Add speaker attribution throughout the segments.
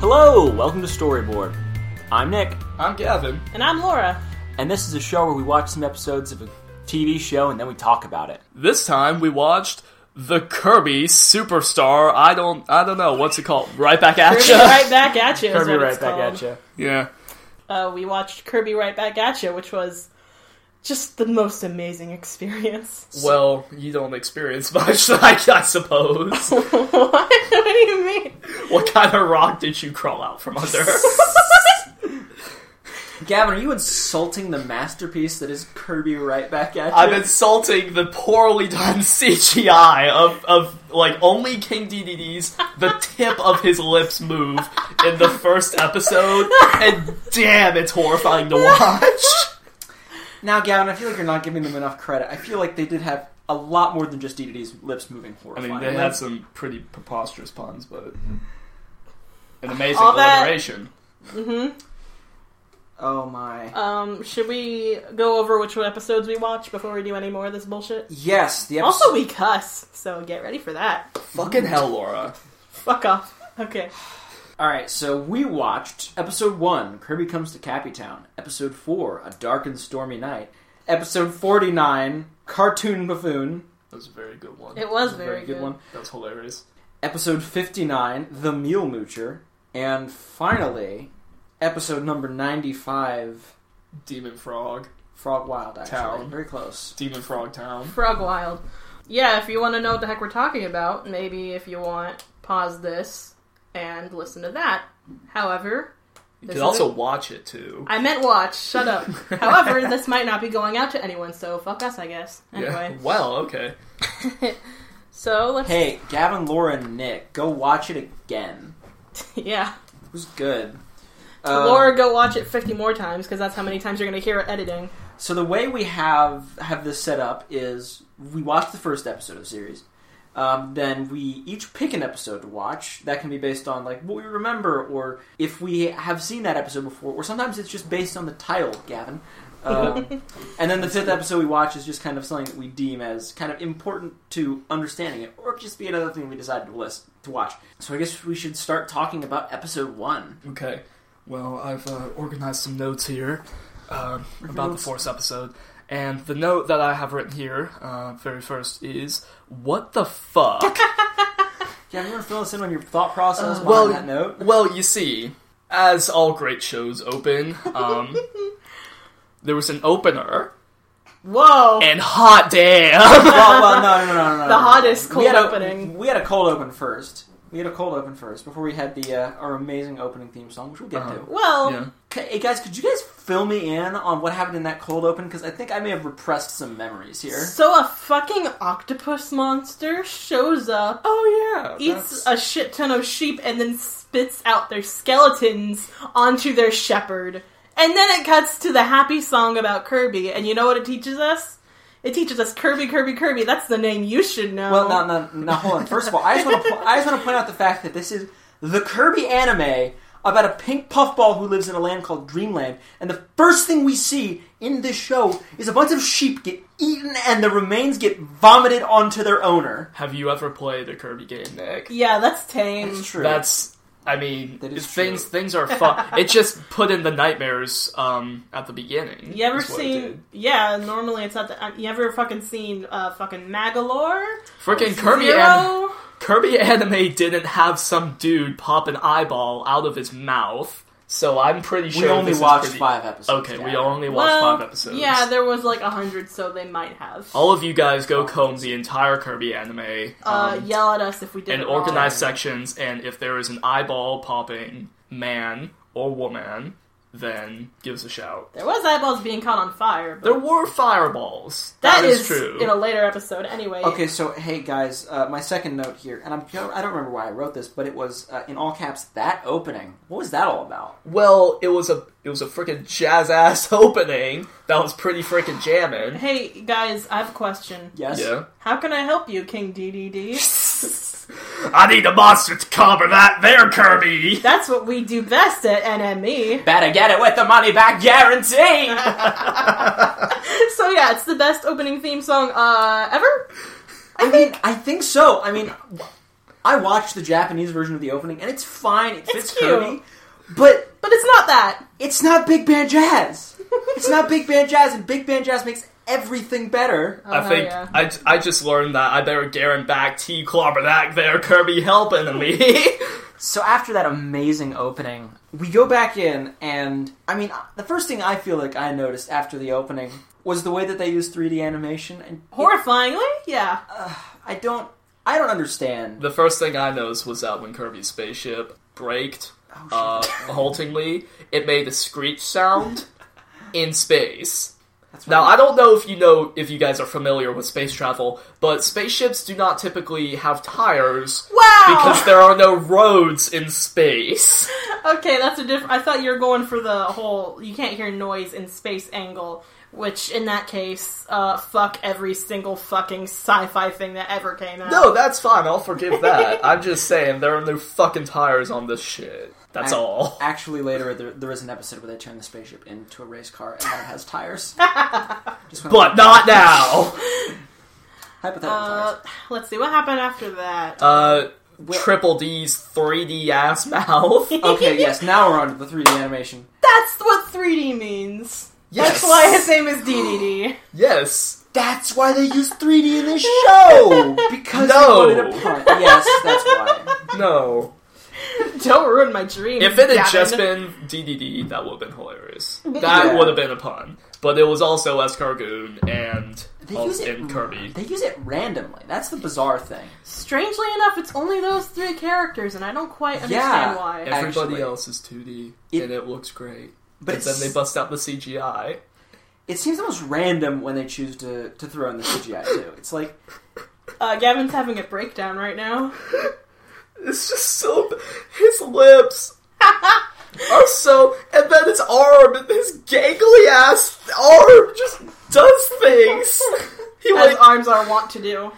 Speaker 1: Hello, welcome to Storyboard. I'm Nick,
Speaker 2: I'm Gavin.
Speaker 3: And I'm Laura.
Speaker 1: and this is a show where we watch some episodes of a TV show and then we talk about it.
Speaker 2: This time we watched the Kirby Superstar. I don't, I don't know what's it called. Right back at
Speaker 3: Kirby
Speaker 2: you.
Speaker 3: Right Back At You. Is
Speaker 1: Kirby
Speaker 3: what
Speaker 1: right
Speaker 3: it's
Speaker 1: back
Speaker 3: called.
Speaker 1: at you.
Speaker 2: Yeah.
Speaker 3: Uh, we watched Kirby Right Back At You, which was just the most amazing experience.
Speaker 2: Well, you don't experience much, I, I suppose.
Speaker 3: what? what do you mean?
Speaker 2: what kind of rock did you crawl out from under?
Speaker 1: Gavin, are you insulting the masterpiece that is Kirby right back at you?
Speaker 2: I'm insulting the poorly done CGI of, of like only King DDD's the tip of his lips move in the first episode, and damn, it's horrifying to watch.
Speaker 1: now, Gavin, I feel like you're not giving them enough credit. I feel like they did have a lot more than just DDD's lips moving
Speaker 2: I
Speaker 1: horrifyingly.
Speaker 2: mean, they had some pretty preposterous puns, but an amazing
Speaker 3: All that-
Speaker 2: alliteration.
Speaker 1: oh my.
Speaker 3: Mm-hmm. Um, should we go over which episodes we watched before we do any more of this bullshit?
Speaker 1: Yes, the episode.
Speaker 3: Also, we cuss, so get ready for that.
Speaker 2: Fucking hell, Laura.
Speaker 3: Fuck off. Okay.
Speaker 1: All right, so we watched episode one, Kirby Comes to Cappy Town. Episode four, A Dark and Stormy Night. Episode forty-nine, Cartoon Buffoon.
Speaker 2: That was a very good one.
Speaker 3: It was
Speaker 1: A
Speaker 3: very, good.
Speaker 1: one.
Speaker 2: That was hilarious.
Speaker 1: Episode fifty-nine, The Mule Moocher, and finally, episode number ninety-five,
Speaker 2: Demon Frog.
Speaker 1: Frog Wild. Actually,
Speaker 2: Town.
Speaker 1: very close.
Speaker 2: Demon Frog Town.
Speaker 3: Frog Wild. Yeah, if you want to know what the heck we're talking about, maybe if you want, pause this and listen to that. However,
Speaker 2: You
Speaker 3: This
Speaker 2: could
Speaker 3: is
Speaker 2: also watch it, too.
Speaker 3: I meant watch. Shut up. However, this might not be going out to anyone, so fuck us, I guess.
Speaker 2: Yeah.
Speaker 3: Anyway,
Speaker 2: Well, okay.
Speaker 3: so let's.
Speaker 1: Hey, Gavin, Laura, and Nick, go watch it again.
Speaker 3: Yeah,
Speaker 1: It was good. Um,
Speaker 3: Laura, go watch it fifty more times because that's how many times you're gonna hear it editing.
Speaker 1: So the way we have have this set up is we watch the first episode of the series, um, then we each pick an episode to watch. That can be based on like what we remember, or if we have seen that episode before, or sometimes it's just based on the title, Gavin. Um, and then the fifth episode we watch is just kind of something that we deem as kind of important to understanding it, or it could just be another thing we decided to list to watch. So I guess we should start talking about episode one.
Speaker 2: Okay. Well, I've uh, organized some notes here um, about the
Speaker 1: notes?
Speaker 2: fourth episode. And the note that I have written here, uh, very first, is What the fuck?
Speaker 1: Yeah, you want to fill us in on your thought process
Speaker 3: Uh,
Speaker 1: behind
Speaker 2: well,
Speaker 1: that note?
Speaker 2: Well, you see, as all great shows open, um, there was an opener,
Speaker 3: Whoa!
Speaker 2: and hot damn!
Speaker 1: well, well, no, no, no, no, no.
Speaker 3: The
Speaker 1: no.
Speaker 3: hottest
Speaker 1: We had
Speaker 3: cold
Speaker 1: a-
Speaker 3: opening.
Speaker 1: We had a cold open first. We had a cold open first before we had the uh, our amazing opening theme song, which we'll get
Speaker 2: Uh-huh.
Speaker 1: to.
Speaker 3: well,
Speaker 2: yeah.
Speaker 1: Okay, hey guys, could you guys fill me in on what happened in that cold open? Because I think I may have repressed some memories here.
Speaker 3: so a fucking octopus monster shows up,
Speaker 2: Oh yeah,
Speaker 3: eats a shit ton of sheep, and then spits out their skeletons onto their shepherd. And then it cuts to the happy song about Kirby, and you know what it teaches us? It teaches us Kirby, Kirby, Kirby. That's the name you should know.
Speaker 1: Well, no, no, no. Hold on. First of all, I just want to I just want to point out the fact that this is the Kirby anime about a pink puffball who lives in a land called Dreamland, and the first thing we see in this show is a bunch of sheep get eaten and the remains get vomited onto their owner.
Speaker 2: Have you ever played a Kirby game, Nick?
Speaker 3: Yeah, that's tame.
Speaker 1: That's true.
Speaker 2: That's, I mean,
Speaker 1: That is
Speaker 2: it's things
Speaker 1: true.
Speaker 2: things are fun. it just put in the nightmares um, at the beginning.
Speaker 3: You ever
Speaker 2: is what it did.
Speaker 3: seen? Yeah, normally it's not. The, uh, you ever fucking seen uh, fucking Magalore?
Speaker 2: Freaking Kirby
Speaker 3: Zero?
Speaker 2: and Kirby anime didn't have some dude pop an eyeball out of his mouth, so I'm pretty
Speaker 1: we
Speaker 2: sure
Speaker 1: only
Speaker 2: this is
Speaker 1: watched
Speaker 2: pretty-
Speaker 1: five episodes.
Speaker 2: Okay, we
Speaker 1: Gavin.
Speaker 2: only watched
Speaker 3: Well,
Speaker 2: five episodes. Oh,
Speaker 3: Yeah, there was like a hundred, so they might have.
Speaker 2: All of you guys go comb the entire Kirby anime
Speaker 3: uh,
Speaker 2: um,
Speaker 3: yell at us if we did
Speaker 2: and
Speaker 3: it wrong.
Speaker 2: organize sections, and if there is an eyeball popping man or woman, then give us a shout.
Speaker 3: There was eyeballs being caught on fire. But
Speaker 2: There were fireballs.
Speaker 3: that
Speaker 2: is, true.
Speaker 3: in a later episode. Anyway,
Speaker 1: Okay, so hey guys, uh, my second note here, and I'm I don't remember why I wrote this, but it was uh, in all caps that opening. What was that all about?
Speaker 2: well, it was a it was a freaking jazz ass opening that was pretty freaking jamming.
Speaker 3: Hey guys, I have a question.
Speaker 1: Yes.
Speaker 2: Yeah.
Speaker 3: How can I help you, King DDD?
Speaker 2: I need a monster to cover that there, Kirby.
Speaker 3: That's what we do best at E. NME.
Speaker 1: Better get it with the money back guarantee.
Speaker 3: so yeah, it's the best opening theme song uh, ever.
Speaker 1: I mean, I think so. I mean, I watched the Japanese version of the opening, and it's fine. It fits
Speaker 3: cute.
Speaker 1: Kirby, but
Speaker 3: But it's not that.
Speaker 1: it's not big band jazz. it's not big band jazz, and big band jazz makes everything better.
Speaker 3: Oh,
Speaker 2: I
Speaker 3: hell
Speaker 2: think
Speaker 3: yeah.
Speaker 2: I, I just learned that I better Garen back T clobber back there Kirby helping me.
Speaker 1: So after that amazing opening, we go back in, and I mean, the first thing I feel like I noticed after the opening was the way that they used 3D animation, and
Speaker 3: Horrifyingly, yeah.
Speaker 1: I don't, I don't understand.
Speaker 2: the first thing I noticed was that when Kirby's spaceship braked
Speaker 1: Oh,
Speaker 2: uh, haltingly, it made a screech sound in space.
Speaker 1: That's
Speaker 2: Now
Speaker 1: what-
Speaker 2: I don't know if you know if you guys are familiar with space travel, but spaceships do not typically have tires because
Speaker 3: Wow.
Speaker 2: there are no roads in space.
Speaker 3: okay, that's a different. I thought you were going for the whole you can't hear noise in space angle, which in that case, uh, fuck every single fucking sci-fi thing that ever came out.
Speaker 2: No, that's fine. I'll forgive that. I'm just saying there are no fucking tires on this shit. That's
Speaker 1: I-
Speaker 2: all.
Speaker 1: Actually, later there, there is an episode where they turn the spaceship into a race car and now it has tires. Just wanna-
Speaker 2: But not now.
Speaker 1: hypothetical
Speaker 3: Uh,
Speaker 1: tires.
Speaker 3: let's see what happened after that.
Speaker 2: Uh,
Speaker 1: Well-
Speaker 2: Triple D's 3D ass mouth.
Speaker 1: Okay, yes, now we're on to the 3D animation.
Speaker 3: That's what 3D means.
Speaker 2: Yes.
Speaker 3: That's why his name is DDD.
Speaker 2: Yes.
Speaker 1: That's why they use 3D in this show because
Speaker 2: No.
Speaker 1: they wanted a pun. Yes, that's why.
Speaker 2: No.
Speaker 3: Don't ruin my dream.
Speaker 2: If it had
Speaker 3: Gavin.
Speaker 2: just been DDD, that would have been hilarious. That
Speaker 1: Yeah.
Speaker 2: would have been a pun. But it was also Escargoon and,
Speaker 1: They
Speaker 2: oh,
Speaker 1: use it.
Speaker 2: and Kirby.
Speaker 1: They use it randomly. That's the bizarre thing.
Speaker 3: strangely enough, it's only those three characters, and I don't quite understand
Speaker 1: Yeah.
Speaker 3: why.
Speaker 1: Yeah.
Speaker 2: Everybody
Speaker 1: Actually-
Speaker 2: else is 2D,
Speaker 1: It-
Speaker 2: and it looks great.
Speaker 1: But
Speaker 2: and then
Speaker 1: it's-
Speaker 2: they bust out the CGI.
Speaker 1: It seems almost random when they choose to, to throw in the CGI too. It's like
Speaker 3: Uh, Gavin's having a breakdown right now.
Speaker 2: It's just so. His lips are so. And then his arm, and his gangly ass arm just does things. He
Speaker 3: As
Speaker 2: like
Speaker 3: arms are wont to do.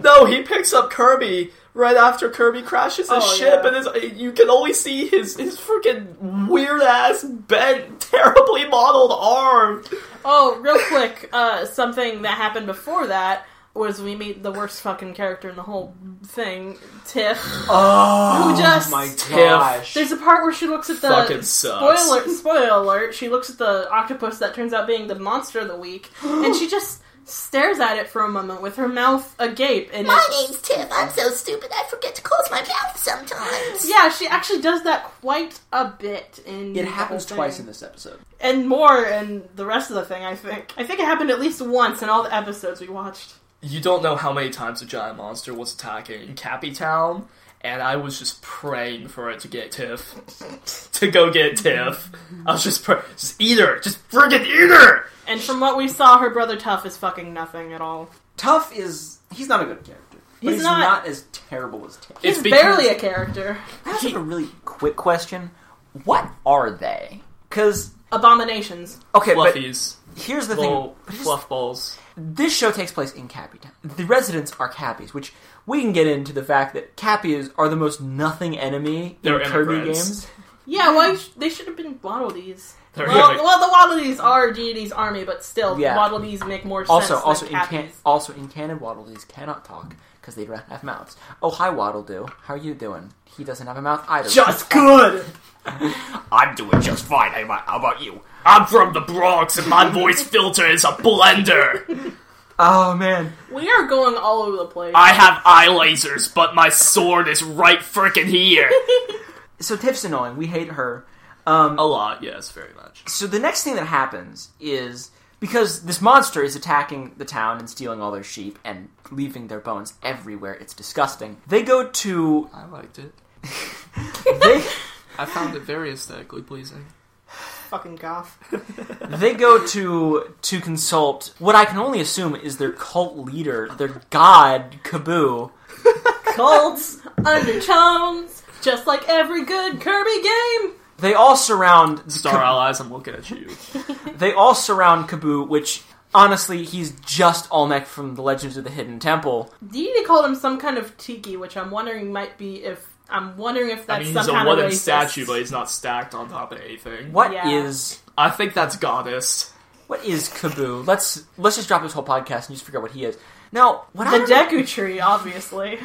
Speaker 2: no, he picks up Kirby right after Kirby crashes his
Speaker 3: Oh,
Speaker 2: ship,
Speaker 3: yeah.
Speaker 2: and his, you can only see his his freaking weird ass bent, terribly modeled arm.
Speaker 3: Oh, real quick, uh, something that happened before that was we meet the worst fucking character in the whole thing, Tiff.
Speaker 1: oh
Speaker 3: Who just-
Speaker 1: my
Speaker 3: Tiff.
Speaker 1: gosh.
Speaker 3: There's a part where she looks at the
Speaker 2: Fucking sucks.
Speaker 3: spoiler spoiler alert. She looks at the octopus that turns out being the monster of the week, and she just stares at it for a moment with her mouth agape. And
Speaker 4: My
Speaker 3: it's-
Speaker 4: name's Tiff. I'm so stupid I forget to close my mouth sometimes.
Speaker 3: yeah, she actually does that quite a bit. In
Speaker 1: it
Speaker 3: the
Speaker 1: happens
Speaker 3: whole
Speaker 1: twice in
Speaker 3: thing.
Speaker 1: this episode.
Speaker 3: and more in the rest of the thing. I think. I think it happened at least once in all the episodes we watched.
Speaker 2: You don't know how many times a giant monster was attacking Cappy Town, and I was just praying for it to get Tiff. to go get Tiff. I was just pray- just eat her! Just friggin' eat her!
Speaker 3: And from what we saw, her brother Tough is fucking nothing at all.
Speaker 1: Tough is he's not a good character. But
Speaker 3: He's
Speaker 1: he's
Speaker 3: not.
Speaker 1: not, as terrible as Tiff.
Speaker 3: He's
Speaker 2: It's because-
Speaker 3: barely a character.
Speaker 1: I just have a really
Speaker 5: Quick question: What are they?
Speaker 1: because
Speaker 3: Abominations.
Speaker 5: Okay, but
Speaker 2: Fluffies.
Speaker 5: here's the
Speaker 2: Little
Speaker 5: thing:
Speaker 2: fluff balls.
Speaker 5: this show takes place in Cappy Town. The residents are Cappies, which we can get into the fact that Cappies are the most nothing enemy
Speaker 2: They're
Speaker 5: in Kirby
Speaker 2: immigrants.
Speaker 5: games.
Speaker 3: Yeah, why sh- they should have been Waddledees.
Speaker 2: They're
Speaker 3: well,
Speaker 2: really-
Speaker 3: well, the Waddledees are Deity's army, but still,
Speaker 5: Yeah.
Speaker 3: Waddledees make more
Speaker 5: Also,
Speaker 3: sense.
Speaker 5: also in
Speaker 3: than
Speaker 5: can-
Speaker 3: Cappies.
Speaker 5: also in canon, Waddledees cannot talk because they don't have mouths. Oh, hi Waddledoo, how are you doing? He doesn't have a mouth either.
Speaker 2: Just good!
Speaker 5: I'm doing just fine. How about you?
Speaker 2: I'm from the Bronx, and my voice filter is a blender!
Speaker 5: Oh man,
Speaker 3: we are going all over the place.
Speaker 2: I have eye lasers, but my sword is right frickin' here!
Speaker 5: so Tiff's annoying. We hate her. Um,
Speaker 2: a lot, yes, very much.
Speaker 5: So the next thing that happens is because this monster is attacking the town and stealing all their sheep and leaving their bones everywhere. It's disgusting. They go to
Speaker 2: I liked it.
Speaker 5: they
Speaker 2: I found it very aesthetically pleasing.
Speaker 3: fucking goth.
Speaker 5: they go to to consult what I can only assume is their cult leader, their god Kaboo.
Speaker 3: Cults, undertones, just like every good Kirby game.
Speaker 5: They all surround the
Speaker 2: Star Allies, I'm looking at you.
Speaker 5: They all surround Kaboo, which honestly, he's just Olmec from the Legends of the Hidden Temple.
Speaker 3: Deity called him some kind of tiki, which I'm wondering might be if I'm wondering if that's
Speaker 2: I mean,
Speaker 3: some
Speaker 2: he's a
Speaker 3: kind of
Speaker 2: wooden
Speaker 3: racist.
Speaker 2: statue, but he's not stacked on top of anything.
Speaker 5: What is
Speaker 3: Yeah.
Speaker 2: I think that's goddess.
Speaker 5: what is Kaboo? Let's let's just drop this whole podcast and just figure out what he is. Now, what I
Speaker 3: The
Speaker 5: don't-
Speaker 3: Deku tree, obviously.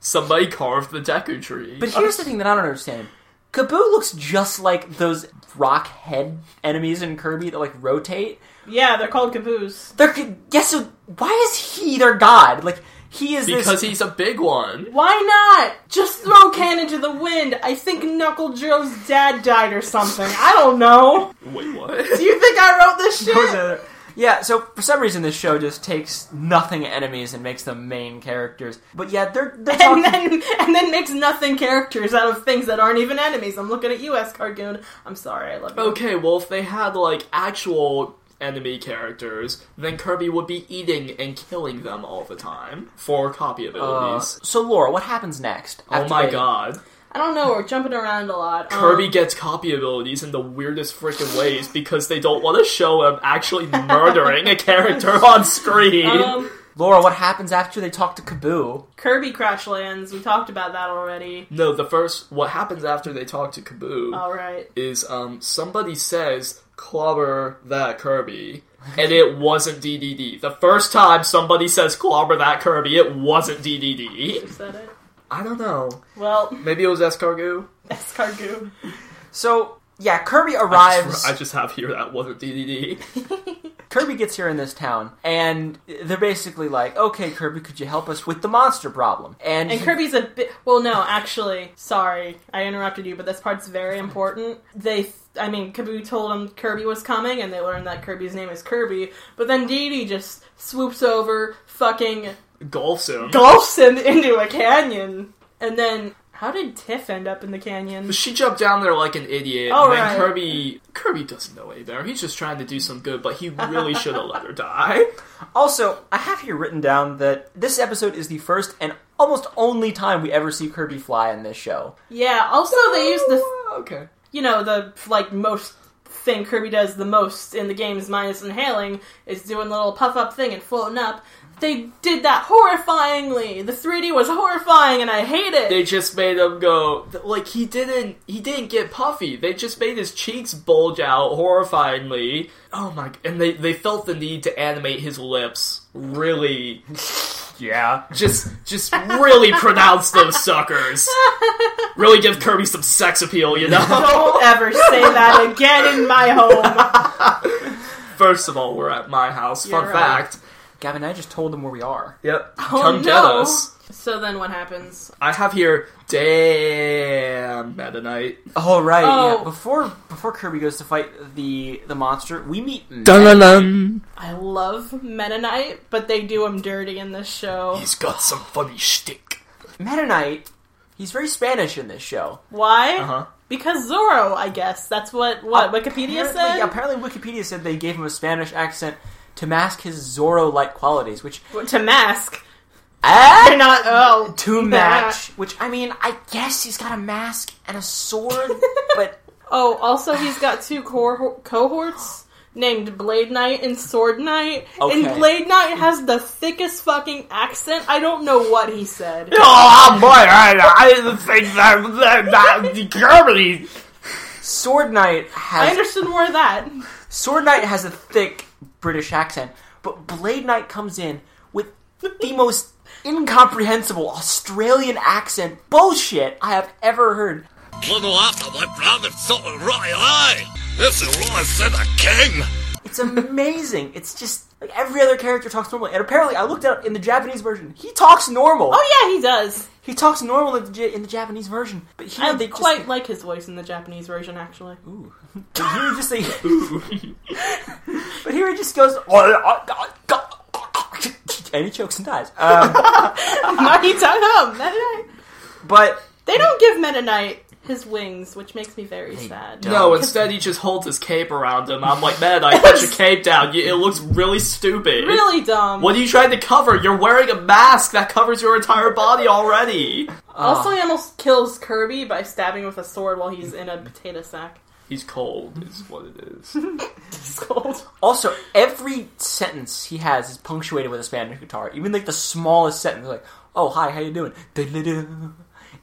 Speaker 2: Somebody carved the Deku tree.
Speaker 1: But here's the thing that I don't understand. Kaboo looks just like those rock head enemies in Kirby that like rotate.
Speaker 3: Yeah, they're called Caboose.
Speaker 1: They're yes. So why is he their god? Like he is
Speaker 2: because
Speaker 1: this,
Speaker 2: he's a big one.
Speaker 3: Why not? Just throw cannon to the wind. I think Knuckle Joe's dad died or something. I don't know.
Speaker 2: Wait,
Speaker 3: Do
Speaker 2: what?
Speaker 3: you think I wrote this shit?
Speaker 1: Yeah, so for some reason this show just takes nothing enemies and makes them main characters. But yeah, they're they're talking,
Speaker 3: And then and then makes nothing characters out of things that aren't even enemies. I'm looking at you, S Cargoon. I'm sorry, I love you.
Speaker 2: Okay, well, if they had like actual enemy characters, then Kirby would be eating and killing them all the time for copy
Speaker 1: uh,
Speaker 2: abilities.
Speaker 1: so Laura, what happens next?
Speaker 2: oh
Speaker 1: after
Speaker 2: my
Speaker 1: they-
Speaker 2: god.
Speaker 3: I don't know, we're jumping around a lot. Um,
Speaker 2: Kirby gets copy abilities in the weirdest freaking ways because they don't want to show him actually murdering a character on screen.
Speaker 3: um,
Speaker 1: Laura, what happens after they talk to Kaboo?
Speaker 3: Kirby Crash Lands. We talked about that already.
Speaker 2: no, the first what happens after they talk to Kaboo
Speaker 3: All right.
Speaker 2: is um somebody says clobber that Kirby. And it wasn't DDD. The first time somebody says clobber that Kirby, it wasn't
Speaker 3: You
Speaker 2: DDD.
Speaker 3: said it.
Speaker 2: I don't know.
Speaker 3: Well,
Speaker 2: Maybe it was Escargoo.
Speaker 3: S Cargoon.
Speaker 1: So yeah, Kirby
Speaker 2: I
Speaker 1: arrives.
Speaker 2: just, I just have here that wasn't DDD.
Speaker 1: Kirby gets here in this town, and they're basically like, "Okay, Kirby, could you help us with the monster problem?" And,
Speaker 3: And
Speaker 1: he-
Speaker 3: Kirby's a bit. Well, no, actually, sorry, I interrupted you, but this part's very important. They, I mean, Kaboo told them Kirby was coming, and they learned that Kirby's name is Kirby. But then Dee Dee just swoops over, fucking
Speaker 2: Golfsum.
Speaker 3: gulfs him into a canyon, and then how did Tiff end up in the canyon?
Speaker 2: She jumped down there like an idiot.
Speaker 3: All
Speaker 2: and then
Speaker 3: right.
Speaker 2: Kirby Kirby doesn't know any better. He's just trying to do some good, but he really should have let her die.
Speaker 1: also, I have here written down that this episode is the first and almost only time we ever see Kirby fly in this show.
Speaker 3: Yeah. Also,
Speaker 2: Oh,
Speaker 3: they used the,
Speaker 2: okay.
Speaker 3: you know, the like most thing Kirby does the most in the games, minus inhaling, is doing the little puff up thing and floating up. They did that horrifyingly. The 3D was horrifying, and I hate it.
Speaker 2: They just made him go like he didn't he didn't get puffy. They just made his cheeks bulge out horrifyingly. Oh my and they they felt the need to animate his lips really
Speaker 1: Yeah.
Speaker 2: just just really pronounce those suckers. Really give Kirby some sex appeal, you know.
Speaker 3: Don't Oh, ever say that again in my home.
Speaker 2: First of all, we're at my house. Fun
Speaker 3: You're right. Oh,
Speaker 2: fact.
Speaker 1: Gavin, I just told them where we are.
Speaker 2: Yep. Come get
Speaker 3: no.
Speaker 2: us.
Speaker 3: So then what happens?
Speaker 2: I have here, damn, Meta Knight.
Speaker 1: Oh right,
Speaker 3: Oh.
Speaker 1: yeah. Before before Kirby goes to fight the the monster, we meet Meg.
Speaker 2: dun.
Speaker 3: I love Meta Knight, but they do him dirty in this show.
Speaker 2: He's got some funny shtick.
Speaker 1: Meta Knight. He's very Spanish in this show.
Speaker 3: Why?
Speaker 2: Uh huh.
Speaker 3: Because Zorro, I guess. That's what what Wikipedia
Speaker 1: apparently,
Speaker 3: said.
Speaker 1: Apparently, Wikipedia said they gave him a Spanish accent to mask his Zorro-like qualities, which
Speaker 3: To mask.
Speaker 1: ah,
Speaker 3: They're not oh
Speaker 1: to
Speaker 3: that.
Speaker 1: match. Which I mean, I guess he's got a mask and a sword, but
Speaker 3: Oh, also he's got two cor- cohorts named Blade Knight and Sword Knight.
Speaker 1: Okay.
Speaker 3: And Blade Knight has the thickest fucking accent. I don't know what he said.
Speaker 2: Oh boy, I, I didn't think that that, that Kirby.
Speaker 1: Sword Knight
Speaker 3: I
Speaker 1: has
Speaker 3: understood more of that.
Speaker 1: Sword Knight has a thick British accent, but Blade Knight comes in with the most incomprehensible Australian accent bullshit I have ever heard.
Speaker 6: Little after my brother saw a right eye. This is what I said a king.
Speaker 1: It's amazing. it's just like every other character talks normally, and apparently I looked it up in the Japanese version. He talks normal.
Speaker 3: Oh yeah, he does.
Speaker 1: He talks normal in the, J- in the Japanese version, but here
Speaker 3: I
Speaker 1: they just-
Speaker 3: quite like his voice in the Japanese version, actually.
Speaker 1: But here he just like, but here he just goes, "Oh, and he chokes and dies. Um,
Speaker 3: Mighty Tungum, Meta Knight.
Speaker 1: but
Speaker 3: They don't give Meta Knight his wings, which makes me very sad.
Speaker 2: No, instead he just holds his cape around him. I'm like, Meta Knight, put your cape down. You, it looks really stupid.
Speaker 3: Really dumb.
Speaker 2: What are you trying to cover? You're wearing a mask that covers your entire body already. Ah.
Speaker 3: Also, he almost kills Kirby by stabbing with a sword while he's in a potato sack.
Speaker 2: He's cold, is what it is.
Speaker 3: It's cold.
Speaker 1: also every sentence he has is punctuated with a Spanish guitar. Even like the smallest sentence, like, "Oh hi, how you doing?" Da-da-da.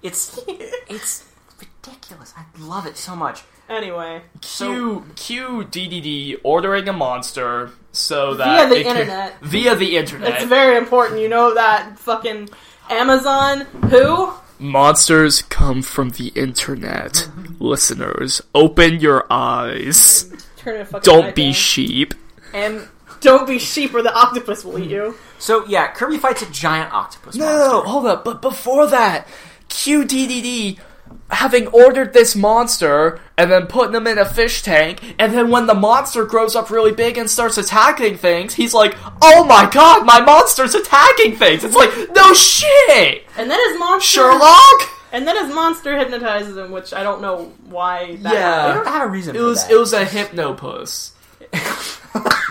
Speaker 1: It's it's ridiculous. I love it so much.
Speaker 3: Anyway,
Speaker 2: Q Q DDD ordering a monster so that
Speaker 3: Via the
Speaker 2: it can-
Speaker 3: internet.
Speaker 2: via the internet.
Speaker 3: it's very important. You know that fucking Amazon, who?
Speaker 2: Monsters come from the internet. Listeners, open your eyes.
Speaker 3: Turn it fucking
Speaker 2: Don't
Speaker 3: upside
Speaker 2: be
Speaker 3: down.
Speaker 2: sheep.
Speaker 1: And
Speaker 3: Don't be sheep or the octopus will eat you.
Speaker 1: so yeah, Kirby fights a giant octopus.
Speaker 2: No, hold up. But before that, QDDD, having ordered this monster and then putting him in a fish tank, and then when the monster grows up really big and starts attacking things, he's like, "Oh my god, my monster's attacking things!" It's like, no shit,
Speaker 3: And then his monster
Speaker 2: Sherlock.
Speaker 3: And then his monster hypnotizes him, which I don't know why that
Speaker 2: Yeah.
Speaker 1: I don't have a reason.
Speaker 2: It was it was a hypnopus.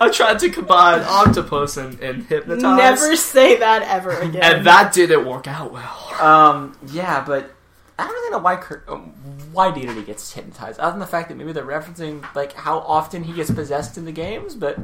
Speaker 2: I tried to combine octopus and, and hypnotize,
Speaker 3: Never say that ever again.
Speaker 2: and that didn't work out well.
Speaker 1: um,
Speaker 5: Yeah, but I don't really know why Kurt, um, why Dedede gets hypnotized, other than the fact that maybe they're referencing like how often he gets possessed in the games. But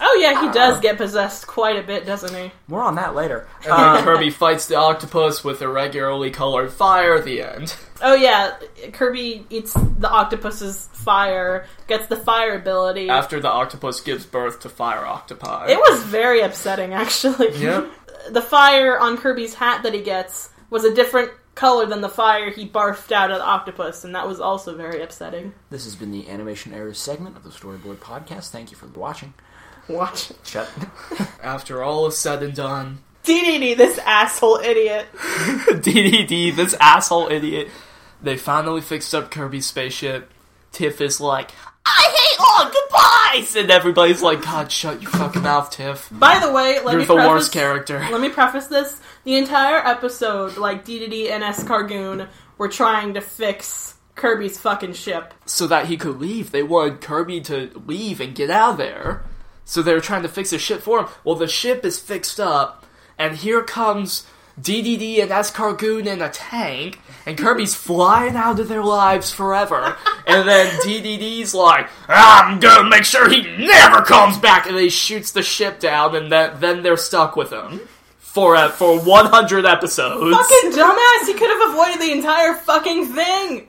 Speaker 3: oh yeah, he does get possessed quite a bit, doesn't he?
Speaker 5: more on that later.
Speaker 2: Uh, Kirby fights the octopus with irregularly colored fire. The end.
Speaker 3: Oh yeah, Kirby eats the octopus's fire, gets the fire ability.
Speaker 2: After the octopus gives birth to fire octopi.
Speaker 3: it was very upsetting, actually.
Speaker 2: Yep.
Speaker 3: The fire on Kirby's hat that he gets was a different color than the fire he barfed out of the octopus, and that was also very upsetting.
Speaker 5: This has been the animation errors segment of the Storyboard Podcast. Thank you for watching.
Speaker 3: Watch.
Speaker 5: Shut.
Speaker 2: After all is said and done,
Speaker 3: DDD, this asshole idiot.
Speaker 2: DDD, this asshole idiot. They finally fixed up Kirby's spaceship. Tiff is like, I hate all goodbyes, and everybody's like, God, shut your fucking mouth, Tiff.
Speaker 3: By the way, let
Speaker 2: You're
Speaker 3: me
Speaker 2: the
Speaker 3: preface,
Speaker 2: worst character.
Speaker 3: Let me preface this. The entire episode, like DDD and S Cargoon, were trying to fix Kirby's fucking ship.
Speaker 2: so that he could leave. They wanted Kirby to leave and get out of there. So they were trying to fix the ship for him. Well, the ship is fixed up, and here comes DDD and Escargoon in a tank, and Kirby's flying out of their lives forever. and then DDD's like, I'm gonna make sure he never comes back, and he shoots the ship down, and then, then they're stuck with him. For, uh, for 100 episodes.
Speaker 3: Fucking dumbass! He could have avoided the entire fucking thing.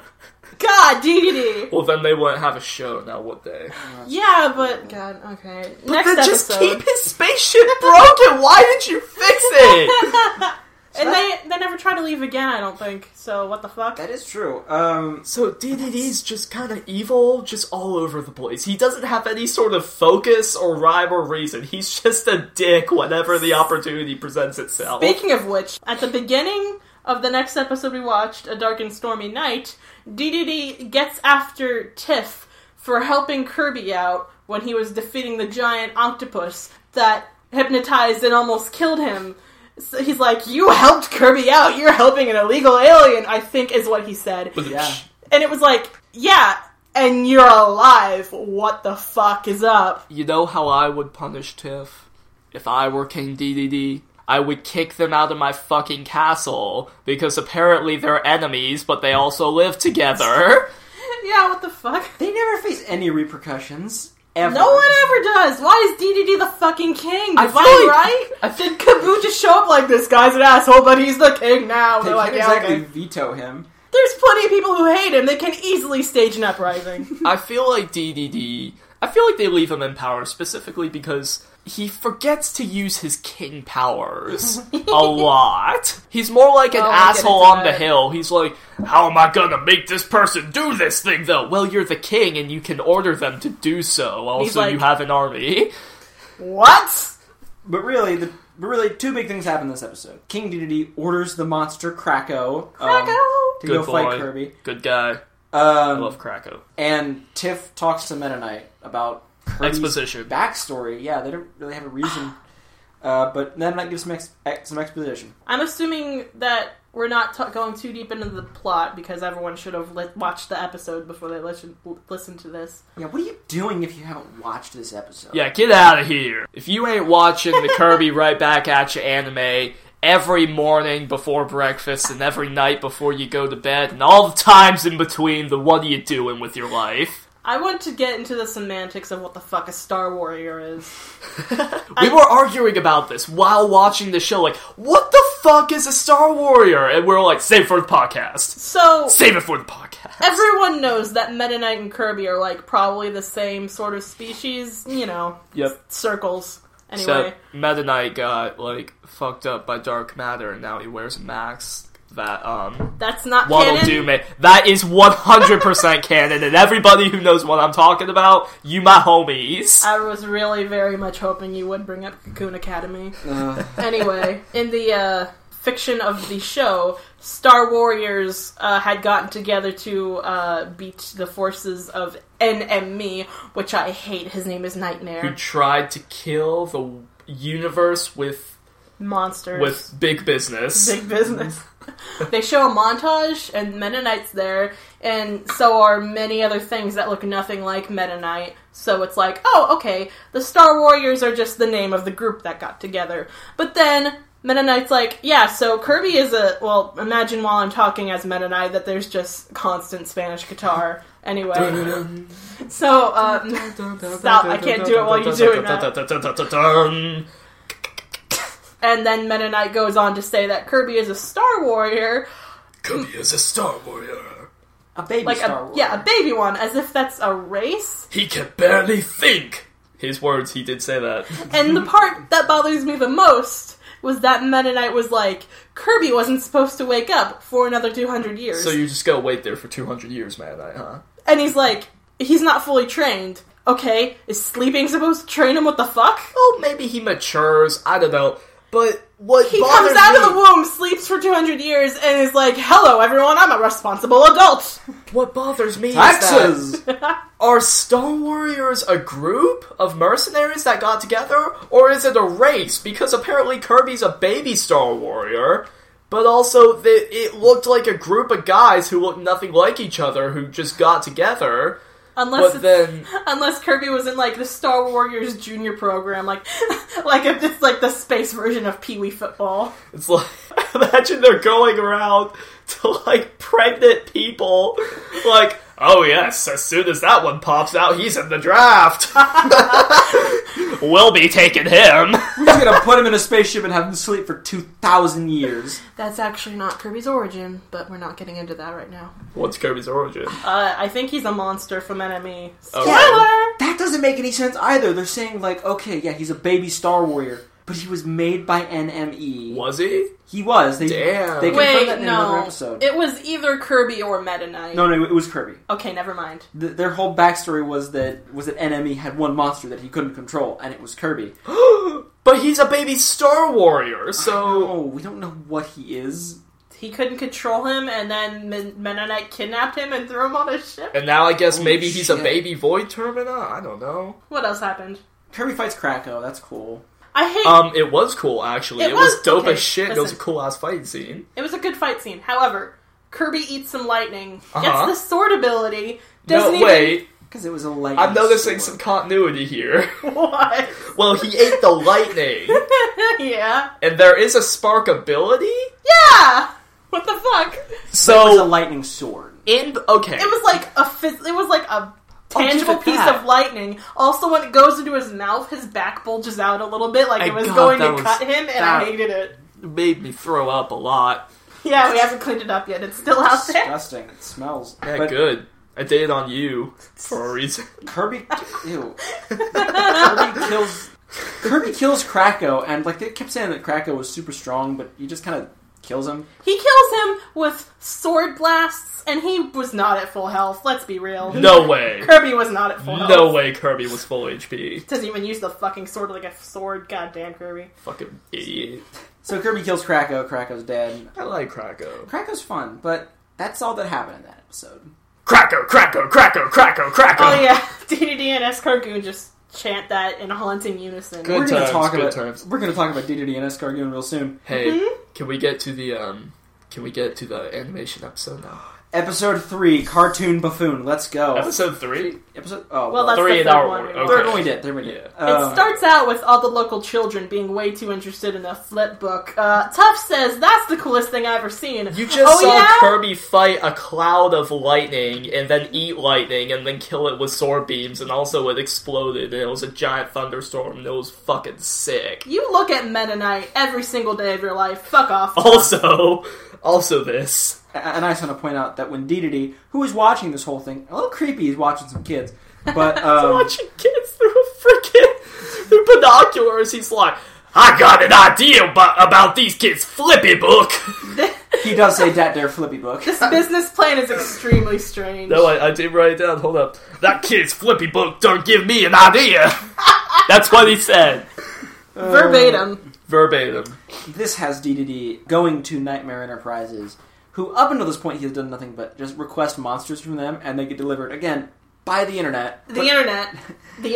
Speaker 3: God, DDD.
Speaker 2: Well, then they wouldn't have a show now, would they?
Speaker 3: Yeah, but God, okay. Next
Speaker 2: Then
Speaker 3: episode,
Speaker 2: just keep his spaceship broken. Why did you fix it?
Speaker 3: and they they never try to leave again. I don't think. So what the fuck?
Speaker 1: that is true. Um,
Speaker 2: so DDD's just kind of evil, just all over the place. He doesn't have any sort of focus or rhyme or reason. He's just a dick whenever the opportunity presents itself.
Speaker 3: Speaking of which, at the beginning of the next episode we watched, A Dark and Stormy Night, DDD gets after Tiff for helping Kirby out when he was defeating the giant octopus that hypnotized and almost killed him. So he's like, You helped Kirby out, you're helping an illegal alien, I think is what he said.
Speaker 1: yeah.
Speaker 3: And it was like, Yeah, and you're alive, what the fuck is up?
Speaker 2: You know how I would punish Tiff? If I were King DDD, I would kick them out of my fucking castle because apparently they're enemies, but they also live together.
Speaker 3: Yeah, what the fuck?
Speaker 1: They never face any repercussions ever.
Speaker 3: No one ever does. Why is DDD the fucking king?
Speaker 2: I
Speaker 3: Divine
Speaker 2: feel like-
Speaker 3: right? I think Kaboo just show up like this guy's an asshole, but he's the king now.
Speaker 1: They
Speaker 3: They're like,
Speaker 1: can't
Speaker 3: yeah,
Speaker 1: exactly
Speaker 3: okay.
Speaker 1: veto him.
Speaker 3: There's plenty of people who hate him. They can easily stage an uprising.
Speaker 2: I feel like DDD. I feel like they leave him in power specifically because he forgets to use his king powers a lot. He's more like an
Speaker 3: Oh, I get
Speaker 2: asshole
Speaker 3: it,
Speaker 2: on the
Speaker 3: right.
Speaker 2: hill. He's like, "How am I gonna make this person do this thing?" Though, well, you're the king and you can order them to do so. Also,
Speaker 3: like-
Speaker 2: you have an army.
Speaker 3: what?
Speaker 1: But really, the but really two big things happen this episode. King Dedede orders the monster Krako, um,
Speaker 3: Krakow?
Speaker 1: to
Speaker 2: Good
Speaker 1: go fight
Speaker 2: boy.
Speaker 1: Kirby.
Speaker 2: Good guy. I
Speaker 1: Um,
Speaker 2: love Krakow.
Speaker 1: and Tiff talks to Meta Knight about Kirby's
Speaker 2: Exposition.
Speaker 1: backstory. Yeah, they don't really have a reason. Uh, but Meta Knight gives some ex- ex- some exposition.
Speaker 3: I'm assuming that we're not t- going too deep into the plot because everyone should have li- watched the episode before they listen listen to this.
Speaker 1: Yeah, what are you doing if you haven't watched this episode?
Speaker 2: Yeah, get out of here. If you ain't watching the Kirby Right Back At You anime every morning before breakfast and every night before you go to bed and all the times in between, then what are you doing with your life?
Speaker 3: I want to get into the semantics of what the fuck a Star Warrior is.
Speaker 2: We were arguing about this while watching the show, like, what the fuck is a Star Warrior? And we are like, save it for the podcast.
Speaker 3: So
Speaker 2: Save it for the podcast.
Speaker 3: Everyone knows that Meta Knight and Kirby are like probably the same sort of species, you know,
Speaker 2: Yep.
Speaker 3: circles. Anyway,
Speaker 2: Except Meta Knight got like fucked up by dark matter, and now he wears Max. That um,
Speaker 3: that's not
Speaker 2: what'll
Speaker 3: canon.
Speaker 2: do me? That is one hundred percent canon, and everybody who knows what I'm talking about, you my homies.
Speaker 3: I was really very much hoping you would bring up Cocoon Academy.
Speaker 1: Uh,
Speaker 3: anyway, in the uh, fiction of the show, Star Warriors uh, had gotten together to uh, beat the forces of NME, which I hate. His name is
Speaker 2: who
Speaker 3: Nightmare.
Speaker 2: tried to kill the universe with
Speaker 3: Monsters.
Speaker 2: with big business.
Speaker 3: big business. they show a montage, and Meta Knight's there, and so are many other things that look nothing like Meta Knight. So it's like, oh, okay, the Star Warriors are just the name of the group that got together. But then Meta Knight's like, yeah, so Kirby is a. Well, imagine while I'm talking as Meta Knight that there's just constant Spanish guitar. Anyway, so um, stop. I can't do it while you're doing that. And then Meta Knight goes on to say that Kirby is a Star Warrior,
Speaker 2: Kirby is a Star Warrior.
Speaker 1: A baby
Speaker 3: like
Speaker 1: Star
Speaker 3: a
Speaker 1: Wars.
Speaker 3: yeah, a baby one, as if that's a race.
Speaker 2: He can barely think. His words, he did say that.
Speaker 3: and the part that bothers me the most was that Meta Knight was like, Kirby wasn't supposed to wake up for another two hundred years,
Speaker 2: So you just go wait there for 200 years, man, I, huh?
Speaker 3: and he's like, he's not fully trained. Okay, is sleeping supposed to train him? What the fuck?
Speaker 2: Oh, maybe he matures. I don't know. But what
Speaker 3: He comes out of the womb, sleeps for 200 years, and is like, hello everyone, I'm a responsible adult!
Speaker 2: what bothers me is that
Speaker 1: Taxes.
Speaker 2: are Star Warriors a group of mercenaries that got together, or is it a race? Because apparently Kirby's a baby Star Warrior, but also that it looked like a group of guys who looked nothing like each other who just got together. But
Speaker 3: Unless it's
Speaker 2: then
Speaker 3: Unless Kirby was in like the Star Warriors Junior program, like like if it's like the space version of Pee Wee football.
Speaker 2: It's like imagine they're going around to like pregnant people, like oh yes, as soon as that one pops out, he's in the draft. we'll be taking him.
Speaker 1: We're just gonna put him in a spaceship and have him sleep for two thousand years.
Speaker 3: That's actually not Kirby's origin, but we're not getting into that right now.
Speaker 2: What's Kirby's origin?
Speaker 3: Uh, I think he's a monster from Enemy.
Speaker 2: Oh,
Speaker 3: Spoiler!
Speaker 1: That doesn't make any sense either. They're saying like, okay, yeah, he's a baby Star Warrior, but he was made by NME.
Speaker 2: Was he?
Speaker 1: He was. They,
Speaker 2: Damn.
Speaker 1: They confirmed that
Speaker 3: Wait,
Speaker 1: in another
Speaker 3: no.
Speaker 1: episode.
Speaker 3: It was either Kirby or Meta Knight.
Speaker 1: no, no, it was Kirby.
Speaker 3: Okay, never mind.
Speaker 1: Th their whole backstory was that was that NME had one monster that he couldn't control, and it was Kirby.
Speaker 2: But he's a baby Star Warrior, so
Speaker 1: Oh, we don't know what he is.
Speaker 3: He couldn't control him, and then Men- Meta Knight kidnapped him and threw him on a ship.
Speaker 2: and now I guess
Speaker 1: Holy
Speaker 2: maybe he's a
Speaker 1: shit.
Speaker 2: baby Void Termina. I don't know.
Speaker 3: What else happened?
Speaker 1: Kirby fights Krakow. That's cool.
Speaker 3: I hate.
Speaker 2: Um, it was cool actually.
Speaker 3: It
Speaker 2: It, was,
Speaker 3: was-
Speaker 2: dope
Speaker 3: okay,
Speaker 2: as shit. It was a
Speaker 3: listen.
Speaker 2: cool ass fight scene.
Speaker 3: It was a good fight scene. However, Kirby eats some lightning, gets
Speaker 2: Uh-huh.
Speaker 3: the sword ability,
Speaker 2: No,
Speaker 3: doesn't even
Speaker 2: wait.
Speaker 1: Because it was a light.
Speaker 2: I'm noticing some continuity here.
Speaker 3: what?
Speaker 2: Well, he ate the lightning,
Speaker 3: yeah,
Speaker 2: and there is a spark ability.
Speaker 3: yeah. What the fuck?
Speaker 1: It was a
Speaker 2: So
Speaker 1: lightning sword.
Speaker 2: in okay,
Speaker 3: It was like a phys- it was like a
Speaker 2: Oh,
Speaker 3: tangible
Speaker 1: at
Speaker 3: piece
Speaker 1: that.
Speaker 3: of lightning. Also, when it goes into his mouth, his back bulges out a little bit, like
Speaker 2: My
Speaker 3: it was
Speaker 2: God,
Speaker 3: going
Speaker 2: that
Speaker 3: to
Speaker 2: was-
Speaker 3: cut him, and I
Speaker 2: that-
Speaker 3: hated it.
Speaker 2: it made me throw up a lot.
Speaker 3: Yeah, we haven't cleaned it up yet. It's still out there.
Speaker 1: Disgusting. It smells.
Speaker 2: Yeah,
Speaker 1: but
Speaker 2: good. I did it on you for a reason.
Speaker 1: Kirby, ew. Kirby kills. Kirby kills Krakow, and like they kept saying that Krakow was super strong, but he just kind of kills him.
Speaker 3: He kills him with sword blasts, and he was not at full health. Let's be real.
Speaker 2: No way.
Speaker 3: Kirby was not at full health.
Speaker 2: No way Kirby was full HP.
Speaker 3: Doesn't even use the fucking sword like a sword. Goddamn, Kirby.
Speaker 2: Fucking idiot.
Speaker 1: So Kirby kills Krakow. Krakow's dead.
Speaker 2: I like Krakow.
Speaker 1: Krakow's fun, but that's all that happened in that episode.
Speaker 2: Krakow, Krakow, Krakow, Krakow, Krakow.
Speaker 3: Oh yeah, DDD and Escargoon just chant that in haunting unison.
Speaker 2: Good
Speaker 1: we're gonna
Speaker 2: times,
Speaker 1: talk
Speaker 2: good
Speaker 1: about
Speaker 2: times.
Speaker 1: we're gonna talk about DDD and Escargoon real soon.
Speaker 2: Hey,
Speaker 3: Mm-hmm.
Speaker 2: can we get to the um? Can we get to the animation episode now?
Speaker 1: Episode three, cartoon buffoon. Let's go.
Speaker 2: Episode three.
Speaker 1: Episode. Oh,
Speaker 3: Well, that's
Speaker 2: Three
Speaker 3: the
Speaker 2: in
Speaker 3: third
Speaker 2: our
Speaker 3: one.
Speaker 2: word,
Speaker 3: we
Speaker 2: okay.
Speaker 1: third
Speaker 3: watched.
Speaker 1: one we did. Third one we did. Um,
Speaker 2: Yeah.
Speaker 3: It starts out with all the local children being way too interested in the flip book. Uh, Tuff says that's the coolest thing I ever seen. Oh,
Speaker 2: You just saw Kirby fight a cloud of lightning and then eat lightning and then kill it with sword beams and also it exploded and it was a giant thunderstorm and it was fucking sick.
Speaker 3: You look at Meta Knight every single day of your life. Fuck off.
Speaker 2: Oh, Also, also this.
Speaker 1: A- and I just want to point out that when DDD, who is watching this whole thing, a little creepy, he's watching some kids. But um,
Speaker 2: Watching kids through a freaking through binoculars. He's like, I got an idea about, about these kids' flippy book.
Speaker 1: He does say dat der flippy book.
Speaker 3: This business plan is extremely strange.
Speaker 2: no, I, I did write it down. Hold up. That kid's flippy book don't give me an idea. That's what he said. uh,
Speaker 3: Verbatim.
Speaker 2: Verbatim.
Speaker 1: This has DDD going to Nightmare Enterprises, who up until this point he has done nothing but just request monsters from them, and they get delivered again by the internet.
Speaker 3: The internet. The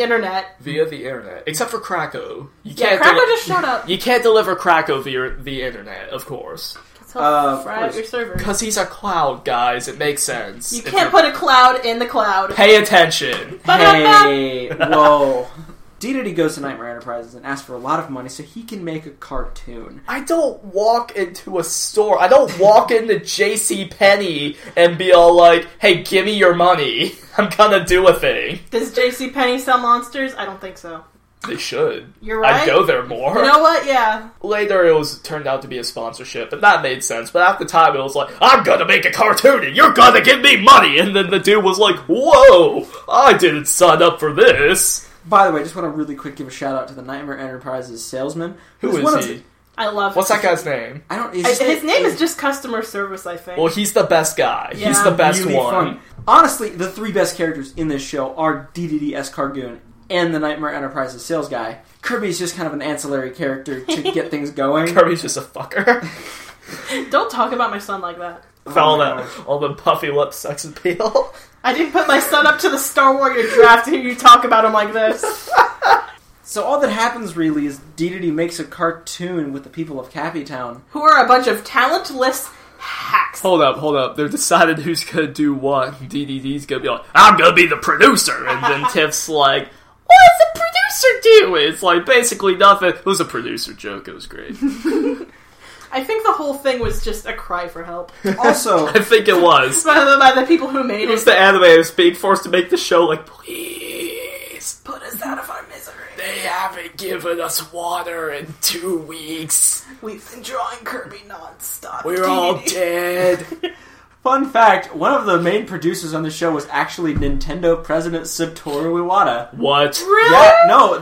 Speaker 3: internet.
Speaker 2: Via the internet. Except for Krakow. You
Speaker 3: Yeah,
Speaker 2: can't
Speaker 3: Cracker
Speaker 2: deli-
Speaker 3: just showed up.
Speaker 2: You can't deliver Krakow via the internet, of course.
Speaker 3: So
Speaker 1: Uh,
Speaker 3: fry
Speaker 1: of
Speaker 3: out your server.
Speaker 2: Because he's a cloud, guys. It makes sense.
Speaker 3: You
Speaker 2: If
Speaker 3: can't put a cloud in the cloud.
Speaker 2: Pay attention.
Speaker 3: Ba-da-ba.
Speaker 1: Hey, whoa. DDD goes to Nightmare Enterprises and asks for a lot of money so he can make a cartoon.
Speaker 2: I don't walk into a store. I don't walk into J.C. Penney and be all like, "Hey, give me your money. I'm gonna do a thing."
Speaker 3: Does JC Penny sell monsters? I don't think so.
Speaker 2: They should.
Speaker 3: You're right.
Speaker 2: I go there more.
Speaker 3: You know what? Yeah.
Speaker 2: Later, it was turned out to be a sponsorship, and that made sense. But at the time, it was like, "I'm gonna make a cartoon, and you're gonna give me money." And then the dude was like, "Whoa, I didn't sign up for this."
Speaker 1: By the way, I just want to really quick give a shout out to the Nightmare Enterprises salesman.
Speaker 2: Who
Speaker 1: who's
Speaker 2: is
Speaker 1: one of
Speaker 2: he?
Speaker 1: the-
Speaker 3: I love
Speaker 2: What's
Speaker 3: him.
Speaker 2: that guy's name?
Speaker 1: I don't.
Speaker 3: I- His name is just customer service, I think.
Speaker 2: Well, he's the best guy. He's
Speaker 3: Yeah.
Speaker 2: the best
Speaker 1: really
Speaker 2: one.
Speaker 1: fun. Honestly, the three best characters in this show are DDD Escargoon and the Nightmare Enterprises sales guy. Kirby's just kind of an ancillary character to get things going.
Speaker 2: Kirby's just a fucker.
Speaker 3: Don't talk about my son like that.
Speaker 1: Oh
Speaker 2: With all that, all the puffy lip sex appeal.
Speaker 3: I didn't put my son up to the Star Warrior draft to hear you talk about him like this.
Speaker 1: So all that happens really is DDD makes a cartoon with the people of Cappy Town.
Speaker 3: Who are a bunch of talentless hacks.
Speaker 2: Hold up, hold up. They've decided who's gonna do what. DDD's gonna be like, I'm gonna be the producer, and then Tiff's like, What's the producer do? It's like basically nothing. It was a producer joke. It was great.
Speaker 3: I think the whole thing was just a cry for help.
Speaker 1: Also,
Speaker 2: I think it was.
Speaker 3: by, the, by the people who made
Speaker 2: It was
Speaker 3: it.
Speaker 2: the animators being forced to make the show like, please
Speaker 3: Put us out of our misery.
Speaker 2: They haven't given us water in two weeks.
Speaker 3: We've been drawing Kirby nonstop.
Speaker 2: We're all
Speaker 3: DDD.
Speaker 2: dead.
Speaker 1: fun fact: one of the main producers on the show was actually Nintendo president Satoru Iwata.
Speaker 2: What?
Speaker 3: Really?
Speaker 1: Yeah, no.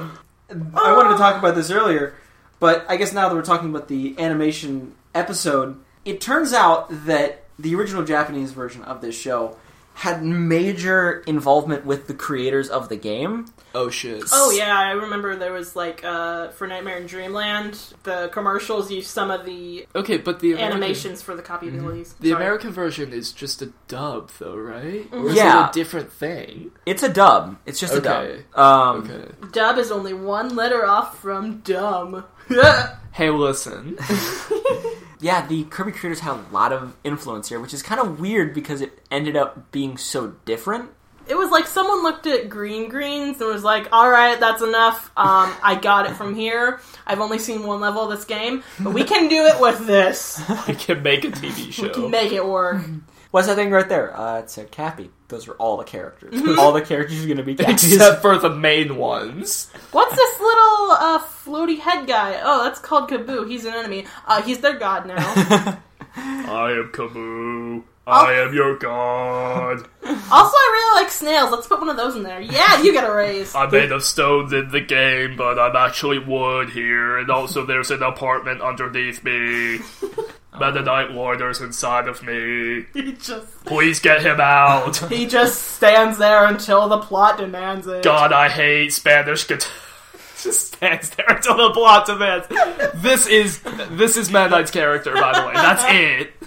Speaker 1: I wanted to
Speaker 2: Oh.
Speaker 1: talk about this earlier, but I guess now that we're talking about the animation episode, it turns out that the original Japanese version of this show had major involvement with the creators of the game.
Speaker 2: Oh shit.
Speaker 3: Oh yeah, I remember there was like uh, for Nightmare in Dreamland, the commercials used some of the
Speaker 2: Okay, but the American-
Speaker 3: animations for the copy release.
Speaker 2: The
Speaker 3: Sorry.
Speaker 2: American version is just a dub, though, right? Or
Speaker 1: Yeah.
Speaker 2: it a different thing?
Speaker 1: It's a dub. It's just
Speaker 2: Okay.
Speaker 1: a dub. Um,
Speaker 2: Okay.
Speaker 3: dub is only one letter off from dumb.
Speaker 2: Hey, listen.
Speaker 1: Yeah, the Kirby creators had a lot of influence here, which is kind of weird because it ended up being so different.
Speaker 3: It was like someone looked at Green Greens and was like, "All right, that's enough. Um, I got it from here. I've only seen one level of this game, but we can do it with this.
Speaker 2: I can make a TV show.
Speaker 3: Make it work."
Speaker 1: What's that thing right there? Uh, it said Cappy. Those are all the characters.
Speaker 3: Mm-hmm.
Speaker 1: all the characters are going to be Cappies.
Speaker 2: Except for the main ones.
Speaker 3: What's this little uh, floaty head guy? Oh, that's called Kaboo. He's an enemy. Uh, he's their god now.
Speaker 2: I am Kaboo.
Speaker 3: I
Speaker 2: am your god.
Speaker 3: also, I really like snails. Let's put one of those in there. Yeah, you get a raise.
Speaker 2: I'm made of stones in the game, but I'm actually wood here, and also there's an apartment underneath me. Mennonite Warder's inside of me.
Speaker 3: He just
Speaker 2: Please get him out.
Speaker 3: he just stands there until the plot demands it.
Speaker 2: God, I hate Spanish guitar. Just stands there until the plot demands. This is this is Mad Knight's character, by the way. That's it.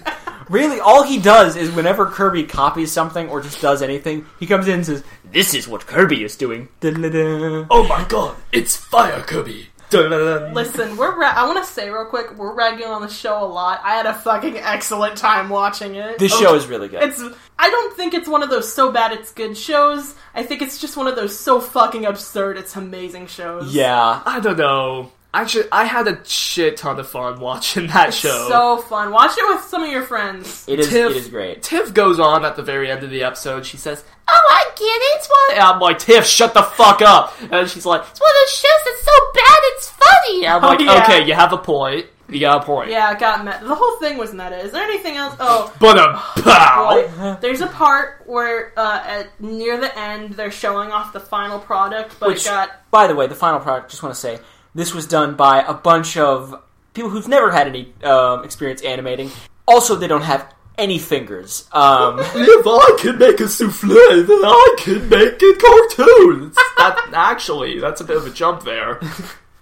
Speaker 1: Really, all he does is whenever Kirby copies something or just does anything, he comes in and says, "This is what Kirby is doing." Da-da-da.
Speaker 2: Oh my god, it's fire, Kirby. Dun-dun-dun.
Speaker 3: Listen, we're ra- I want to say real quick, we're ragging on the show a lot. I had a fucking excellent time watching it. Oh,
Speaker 1: This show is really good.
Speaker 3: It's I don't think it's one of those so bad it's good shows. I think it's just one of those so fucking absurd it's amazing shows.
Speaker 1: yeah,
Speaker 2: I don't know. Actually, I had a shit ton of fun watching that show.
Speaker 3: So fun. Watch it with some of your friends.
Speaker 1: it is.
Speaker 2: Tiff-
Speaker 1: It is great.
Speaker 2: Tiff goes on at the very end of the episode. She says,
Speaker 4: Oh, I get it. It's one,
Speaker 2: and I'm like, Tiff, shut the fuck up. And she's like, Oh,
Speaker 4: it's one of those shows that's so bad it's funny.
Speaker 2: I'm like,
Speaker 3: yeah.
Speaker 2: okay, you have a point. You got a point.
Speaker 3: Yeah, it got meta. The whole thing was meta. Is there anything else? Oh,
Speaker 2: But a pow.
Speaker 3: boy. There's a part where uh, at near the end they're showing off the final product, but
Speaker 1: Which-
Speaker 3: it got
Speaker 1: By the way, the final product, just want to say, this was done by a bunch of people who've never had any um, experience animating. Also, they don't have any fingers. Um,
Speaker 2: If I can make a souffle, then I can make a cartoon. It's- That actually, that's a bit of a jump there.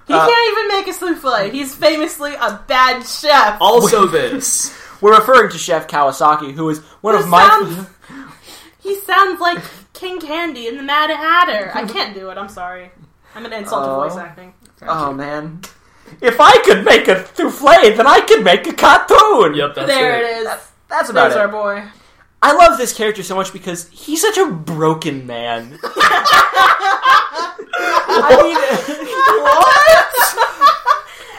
Speaker 3: he
Speaker 1: uh,
Speaker 3: can't even make a souffle. He's famously a bad chef.
Speaker 2: Also, this.
Speaker 1: we're referring to Chef Kawasaki, who is one of
Speaker 3: Who
Speaker 1: my.
Speaker 3: sounds- He sounds like King Candy in the Mad Hatter. I can't do it. I'm sorry. I'm an insult
Speaker 1: Oh.
Speaker 3: to voice acting.
Speaker 1: oh man! If I could make a souffle, then I could make a cartoon.
Speaker 2: Yep, that's
Speaker 3: there
Speaker 2: it.
Speaker 3: it is.
Speaker 1: That's about
Speaker 3: There's
Speaker 1: it.
Speaker 3: our boy.
Speaker 1: I love this character so much because he's such a broken man. I mean, what?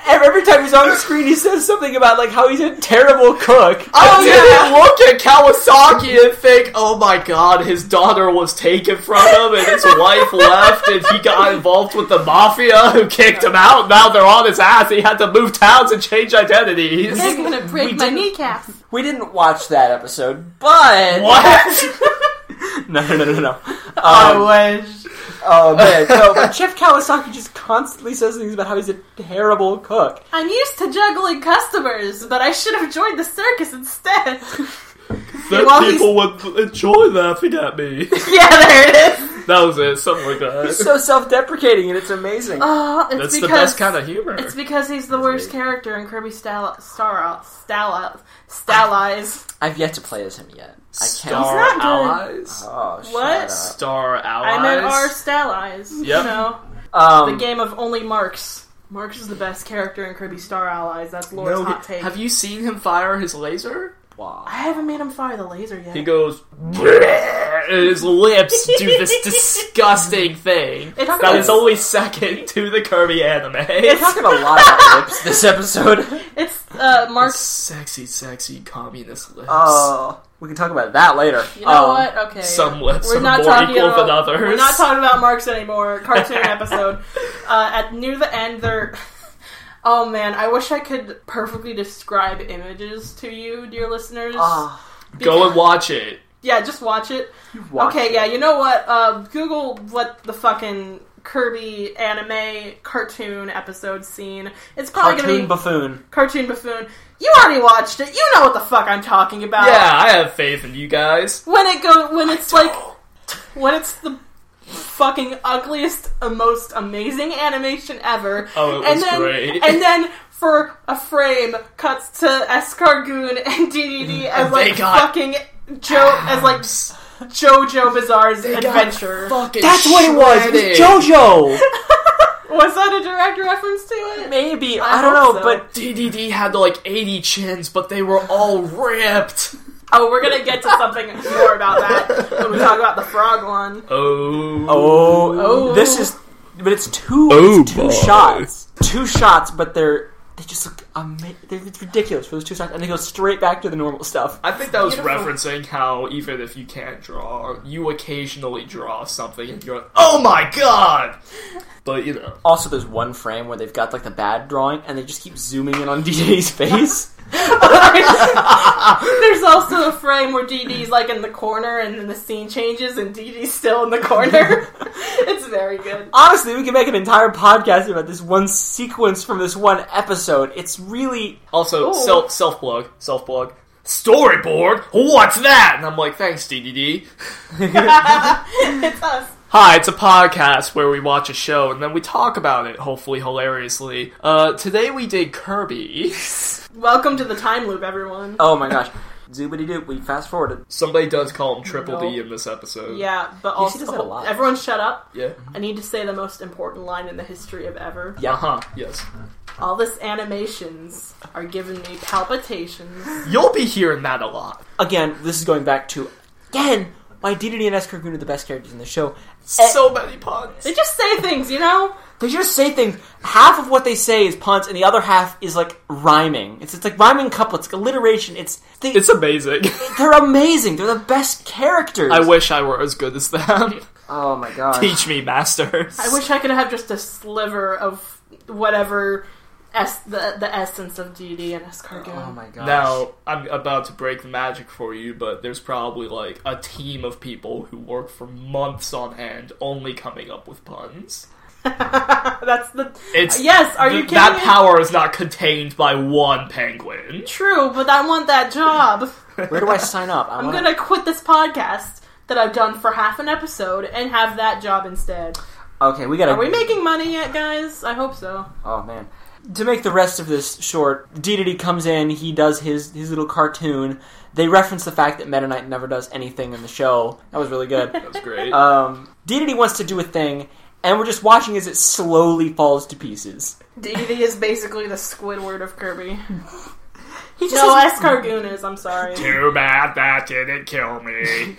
Speaker 1: And every time he's on the screen, he says something about like how he's a terrible cook.
Speaker 2: I didn't look at Kawasaki and think, oh my god, his daughter was taken from him and his wife left and he got involved with the mafia who kicked him out. Now they're on his ass. He had to move towns and change identities.
Speaker 3: They're gonna break my kneecaps.
Speaker 1: We didn't watch that episode, but
Speaker 2: What?
Speaker 1: no, no, no, no, no. Um,
Speaker 3: I wish.
Speaker 1: oh man! So but Chef Kawasaki just constantly says things about how he's a terrible cook.
Speaker 3: I'm used to juggling customers, but I should have joined the circus instead.
Speaker 2: Then
Speaker 3: Well, he's-
Speaker 2: people would enjoy laughing at me.
Speaker 3: yeah, there it is.
Speaker 2: That was it, something like
Speaker 1: He's
Speaker 2: that.
Speaker 1: so self-deprecating, and it's amazing.
Speaker 3: Oh, it's
Speaker 2: That's
Speaker 3: because
Speaker 2: the best kind of humor.
Speaker 3: It's because he's the worst character in Kirby Stala Stala Stala Stalize.
Speaker 1: I've yet to play as him yet. I can't.
Speaker 2: Star
Speaker 3: He's not good.
Speaker 2: Allies?
Speaker 1: Oh, shut
Speaker 3: What?
Speaker 1: up.
Speaker 2: Star Allies?
Speaker 3: I meant our Stalize.
Speaker 2: Yep.
Speaker 3: You know,
Speaker 1: Um,
Speaker 3: the game of only marks. Marks is the best character in Kirby Star Allies. That's Laura's
Speaker 2: No,
Speaker 3: hot take.
Speaker 2: have you seen him fire his laser?
Speaker 3: I haven't made him fire the laser yet.
Speaker 2: He goes, "Bleh," and his lips do this disgusting thing
Speaker 3: It's
Speaker 2: that
Speaker 3: the-
Speaker 2: is only second to the Kirby
Speaker 1: We're
Speaker 2: anime.
Speaker 1: talking a lot about lips this episode.
Speaker 3: It's uh, Mark's.
Speaker 2: Sexy, sexy communist lips.
Speaker 1: Oh, we can talk about that later.
Speaker 3: You
Speaker 1: Um,
Speaker 3: know what? Okay.
Speaker 2: Some lips
Speaker 3: We're
Speaker 2: are
Speaker 3: not
Speaker 2: more
Speaker 3: talking
Speaker 2: equal
Speaker 3: about,
Speaker 2: than others.
Speaker 3: We're not talking about marks anymore. Cartoon episode. Uh, at near the end, they're. Oh man, I wish I could perfectly describe images to you, dear listeners.
Speaker 1: Ah,
Speaker 2: Go and watch it.
Speaker 3: yeah, just watch it.
Speaker 1: watch
Speaker 3: okay,
Speaker 1: it.
Speaker 3: yeah, you know what? Uh, Google what the fucking Kirby anime cartoon episode scene. It's probably
Speaker 1: Cartoon
Speaker 3: gonna be
Speaker 1: buffoon.
Speaker 3: cartoon buffoon. You already watched it. You know what the fuck I'm talking about.
Speaker 2: Yeah, I have faith in you guys.
Speaker 3: when it go when it's like when it's the fucking ugliest uh, most amazing animation ever
Speaker 2: Oh, it
Speaker 3: and
Speaker 2: was
Speaker 3: then
Speaker 2: great.
Speaker 3: and then for a frame cuts to Escargoon and DDD as
Speaker 2: Mm, they
Speaker 3: like
Speaker 2: got
Speaker 3: fucking Joe as like JoJo Bizarre's adventure.
Speaker 2: Fucking
Speaker 1: That's what it was.
Speaker 2: shredded.
Speaker 1: It was JoJo.
Speaker 3: Was that a direct reference to it?
Speaker 1: Maybe
Speaker 3: I
Speaker 1: I, don't know,
Speaker 3: hope so.
Speaker 1: but
Speaker 2: DDD had like 80 chins, but they were all ripped.
Speaker 3: Oh, we're gonna get to something more about that when we talk about the frog one.
Speaker 2: Oh.
Speaker 1: oh,
Speaker 3: Oh.
Speaker 1: this is. But it's two.
Speaker 2: Oh,
Speaker 1: it's two
Speaker 2: boy.
Speaker 1: shots. Two shots, but they're they just look amazing. It's ridiculous for those two shots, and they go straight back to the normal stuff.
Speaker 2: I think that was
Speaker 3: Beautiful.
Speaker 2: referencing how even if you can't draw, you occasionally draw something and you're like, oh my god! But you know.
Speaker 1: Also, there's one frame where they've got like the bad drawing, and they just keep zooming in on DJ's face.
Speaker 3: There's also a frame where DD's like in the corner and then the scene changes and DD's still in the corner. it's very good.
Speaker 1: Honestly, we could make an entire podcast about this one sequence from this one episode. It's really
Speaker 2: Also,
Speaker 3: Ooh.
Speaker 2: self self blog, self blog. Storyboard? What's that? And I'm like, thanks, DDD.
Speaker 3: it's us.
Speaker 2: Hi, it's a podcast where we watch a show and then we talk about it, hopefully hilariously. Uh, today we did Kirby.
Speaker 3: Welcome to the time loop, everyone.
Speaker 1: oh my gosh, zoobity doop. We fast forwarded.
Speaker 2: Somebody does call him Triple D
Speaker 3: No.
Speaker 2: in this episode.
Speaker 3: Yeah, but
Speaker 1: Yes, he
Speaker 3: also
Speaker 1: does that a lot.
Speaker 3: everyone shut up.
Speaker 2: Yeah.
Speaker 3: I need to say the most important line in the history of ever.
Speaker 1: Yeah.
Speaker 2: Uh-huh, yes.
Speaker 3: All this animations are giving me palpitations.
Speaker 2: You'll be hearing that a lot.
Speaker 1: Again, this is going back to again why DDD and Escargoon are the best characters in the show.
Speaker 3: Eh.
Speaker 2: So many puns.
Speaker 3: They just say things, you know?
Speaker 1: They just say things. Half of what they say is puns, and the other half is like rhyming. It's it's like rhyming couplets, alliteration. It's they,
Speaker 2: It's amazing.
Speaker 1: they're amazing. They're the best characters.
Speaker 2: I wish I were as good as them.
Speaker 1: oh my gosh.
Speaker 2: Teach me, masters.
Speaker 3: I wish I could have just a sliver of whatever es- the, the essence of GD and Escargot.
Speaker 5: Oh my gosh.
Speaker 2: Now, I'm about to break the magic for you, but there's probably like a team of people who work for months on end only coming up with puns.
Speaker 3: That's the
Speaker 2: It's
Speaker 3: Uh, yes. Are
Speaker 2: th-
Speaker 3: you kidding
Speaker 2: that
Speaker 3: me?
Speaker 2: power is not contained by one penguin.
Speaker 3: True, but I want that job.
Speaker 5: Where do I sign up? I
Speaker 3: I'm
Speaker 5: wanna-
Speaker 3: gonna quit this podcast that I've done for half an episode and have that job instead.
Speaker 5: Okay, we gotta.
Speaker 3: Are we making money yet, guys? I hope so.
Speaker 5: Oh man. To make the rest of this short, DDD comes in, he does his, his little cartoon. They reference the fact that Meta Knight never does anything in the show. That was really good.
Speaker 2: That's great.
Speaker 1: Uh,
Speaker 5: Um, DDD wants to do a thing, and we're just watching as it slowly falls to pieces.
Speaker 3: DD is basically the Squidward of Kirby.
Speaker 5: He just
Speaker 3: No,
Speaker 5: has-
Speaker 3: Escargoon is. I'm sorry.
Speaker 2: Too bad that didn't kill me.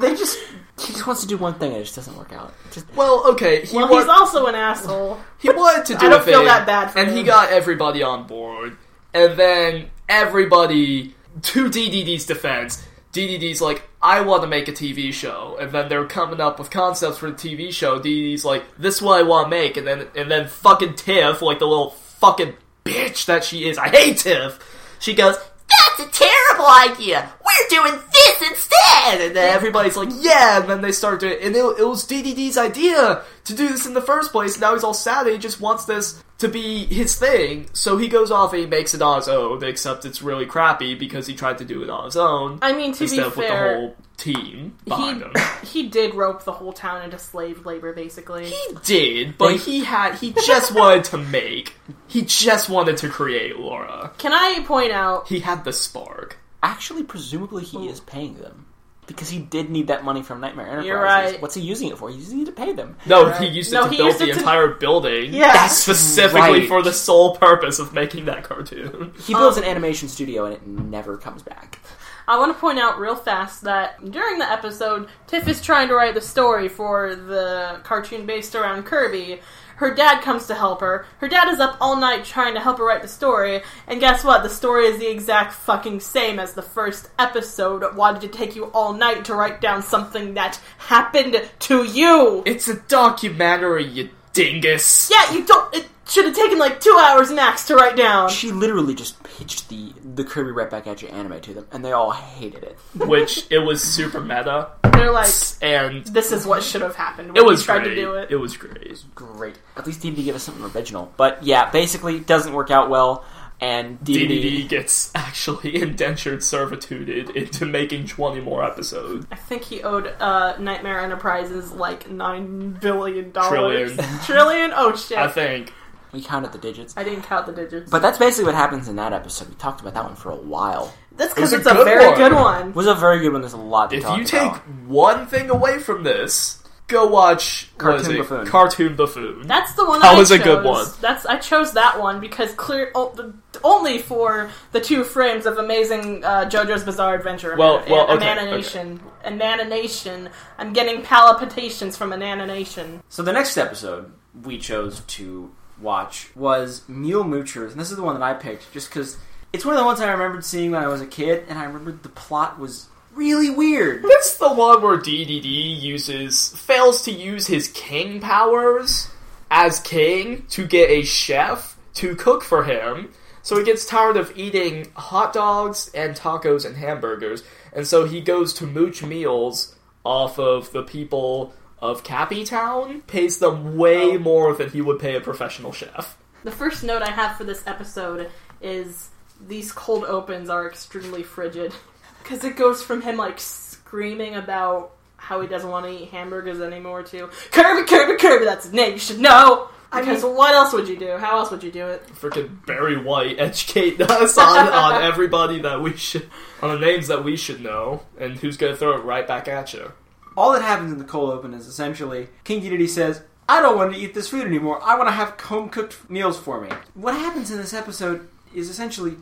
Speaker 5: they just he just wants to do one thing, and it just doesn't work out. Just
Speaker 2: well, okay, he,
Speaker 3: Well,
Speaker 2: wa-
Speaker 3: he's also an asshole.
Speaker 2: he wanted to do
Speaker 3: I
Speaker 2: a
Speaker 3: don't
Speaker 2: thing,
Speaker 3: feel that bad for
Speaker 2: and
Speaker 3: him.
Speaker 2: he got everybody on board, and then everybody to DDD's defense. DDD's like, I want to make a TV show, and then they're coming up with concepts for the TV show. DDD's like, this is what I want to make, and then and then fucking Tiff, like the little fucking bitch that she is, I hate Tiff. She goes,
Speaker 4: That's a terrible idea. We're doing this instead.
Speaker 2: and then everybody's like, yeah, and then they start doing it. And it, it was DDD's idea to do this in the first place. Now he's all sad that he just wants this to be his thing. So he goes off and he makes it on his own, except it's really crappy because he tried to do it on his own
Speaker 3: I mean, to be
Speaker 2: instead of with the
Speaker 3: fair,
Speaker 2: whole team behind him.
Speaker 3: he, he did rope the whole town into slave labor, basically.
Speaker 2: He did, but he had he just wanted to make. He just wanted to create Laura.
Speaker 3: Can I point out?
Speaker 2: He had the spark.
Speaker 5: actually, presumably he is paying them because he did need that money from Nightmare Enterprises.
Speaker 3: You're right.
Speaker 5: What's he using it for? He's using it to pay them.
Speaker 2: No,
Speaker 3: Right.
Speaker 2: he used it
Speaker 3: No,
Speaker 2: to
Speaker 3: he
Speaker 2: build
Speaker 3: used
Speaker 2: the
Speaker 3: it to-
Speaker 2: entire building.
Speaker 3: Yeah. That's
Speaker 2: specifically
Speaker 5: right.
Speaker 2: for the sole purpose of making that cartoon.
Speaker 5: He builds an animation studio, and it never comes back.
Speaker 3: I want to point out real fast that during the episode, Tiff is trying to write the story for the cartoon based around Kirby. Her dad comes to help her. Her dad is up all night trying to help her write the story. And guess what? The story is the exact fucking same as the first episode. Why did it take you all night to write down something that happened to you?
Speaker 2: It's a documentary, you dingus.
Speaker 3: Yeah, you don't. It should have taken like two hours max to write down.
Speaker 5: She literally just pitched the the Kirby right back at you anime to them, and they all hated it.
Speaker 2: Which it was super meta,
Speaker 3: They're like,
Speaker 2: and
Speaker 3: this is what should have happened. When
Speaker 2: it was
Speaker 3: we tried
Speaker 2: great.
Speaker 3: to do it.
Speaker 2: It was great.
Speaker 5: Great. At least DDD gave us something original. But yeah, basically, it doesn't work out well, and
Speaker 2: DDD gets actually indentured servitude into making twenty more episodes.
Speaker 3: I think he owed uh, Nightmare Enterprises like nine billion dollars.
Speaker 2: Trillion.
Speaker 3: Trillion? Oh shit!
Speaker 2: I
Speaker 3: I,
Speaker 2: think
Speaker 5: we counted the digits.
Speaker 3: didn't count the digits.
Speaker 5: But that's basically what happens in that episode. We talked about that one for a while.
Speaker 3: that's because
Speaker 2: It was
Speaker 3: it's
Speaker 2: a good
Speaker 3: a, very
Speaker 2: one.
Speaker 3: good one.
Speaker 5: It was a very good one. There's a lot to
Speaker 2: if
Speaker 5: talk
Speaker 2: you take
Speaker 5: about.
Speaker 2: one thing away from this, go watch what is
Speaker 5: Cartoon
Speaker 2: it?
Speaker 5: Buffoon.
Speaker 2: Cartoon Buffoon.
Speaker 3: That's the one.
Speaker 2: That
Speaker 3: I
Speaker 2: was a
Speaker 3: chose.
Speaker 2: good one.
Speaker 3: That's I chose that one because clear oh, the, only for the two frames of amazing uh, JoJo's Bizarre Adventure.
Speaker 2: Well-
Speaker 3: and,
Speaker 2: well, okay,
Speaker 3: Ananation. Ananation. I'm getting palpitations from Ananation.
Speaker 1: So the next episode we chose to watch was Mule Moochers, and this is the one that I picked just because it's one of the ones I remembered seeing when I was a kid, and I remembered the plot was really weird.
Speaker 2: That's the one where DDD uses fails to use his king powers as king to get a chef to cook for him. So he gets tired of eating hot dogs and tacos and hamburgers, and so he goes to mooch meals off of the people of Cappy Town, pays them way more than he would pay a professional chef.
Speaker 3: The first note I have for this episode is these cold opens are extremely frigid. Because it goes from him, like, screaming about how he doesn't want to eat hamburgers anymore to Kirby, Kirby, Kirby, that's his name, you should know! Because what else would you do? How else would you do it?
Speaker 2: Freaking Barry White educate us on, on everybody that we should on the names that we should know and who's gonna throw it right back at you.
Speaker 1: all that happens in the cold open is essentially King Dedede says, "I don't want to eat this food anymore. I want to have home cooked meals for me." What happens in this episode is essentially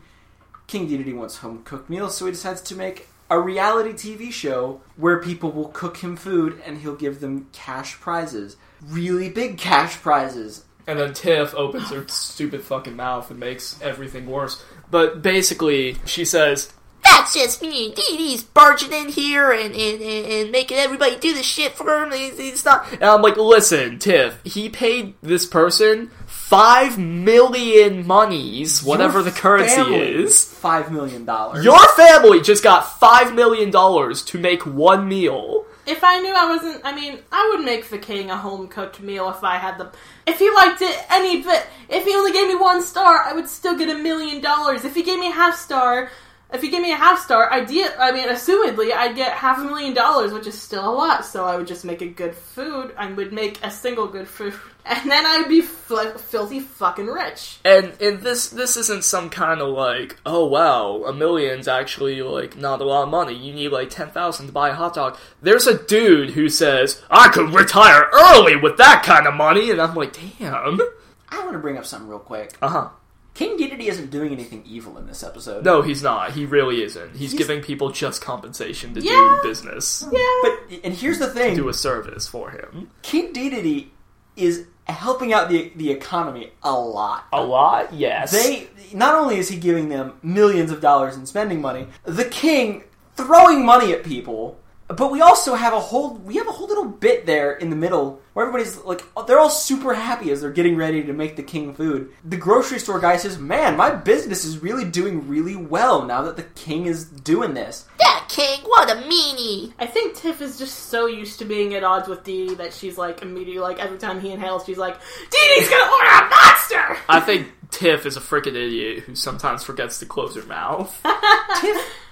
Speaker 1: King Dedede wants home cooked meals, so he decides to make a reality TV show where people will cook him food and he'll give them cash prizes, really big cash prizes.
Speaker 2: And then Tiff opens her stupid fucking mouth and makes everything worse. But basically, she says,
Speaker 4: that's just me. Dee Dee's barging in here and, and, and, and making everybody do this shit for him. He's, he's not.
Speaker 2: And I'm like, listen, Tiff, he paid this person five million monies, whatever the currency
Speaker 1: Family,
Speaker 2: is.
Speaker 1: five million dollars.
Speaker 2: Your family just got five million dollars to make one meal.
Speaker 3: If I knew I wasn't, I mean, I would make the king a home cooked meal if I had the. If he liked it any bit, if he only gave me one star, I would still get a million dollars. If he gave me a half star, if he gave me a half star, idea, I mean, assumedly, I'd get half a million dollars, which is still a lot. So I would just make a good food. I would make a single good food, and then I'd be fl- filthy fucking rich.
Speaker 2: And and this this isn't some kind of like, oh wow, a million's actually like not a lot of money. You need like ten thousand to buy a hot dog. There's a dude who says, I could retire early with that kind of money, and I'm like, damn.
Speaker 1: I want to bring up something real quick.
Speaker 2: Uh-huh.
Speaker 1: King Dedede isn't doing anything evil in this episode.
Speaker 2: No, he's not. He really isn't. He's, giving people just compensation to
Speaker 3: Yeah.
Speaker 2: do business,
Speaker 3: Yeah,
Speaker 1: But and here's the thing:
Speaker 2: do a service for him.
Speaker 1: King Dedede is helping out the the economy a lot.
Speaker 2: A lot, yes.
Speaker 1: They not only is he giving them millions of dollars in spending money, the king throwing money at people. But we also have a whole we have a whole little bit there in the middle where everybody's like they're all super happy as they're getting ready to make the king food. The grocery store guy says, "Man, my business is really doing really well now that the king is doing this."
Speaker 4: That king, what a meanie.
Speaker 3: I think Tiff is just so used to being at odds with Dee Dee that she's like immediately like every time he inhales, she's like, Dee Dee's gonna order a monster.
Speaker 2: I think Tiff is a freaking idiot who sometimes forgets to close her mouth.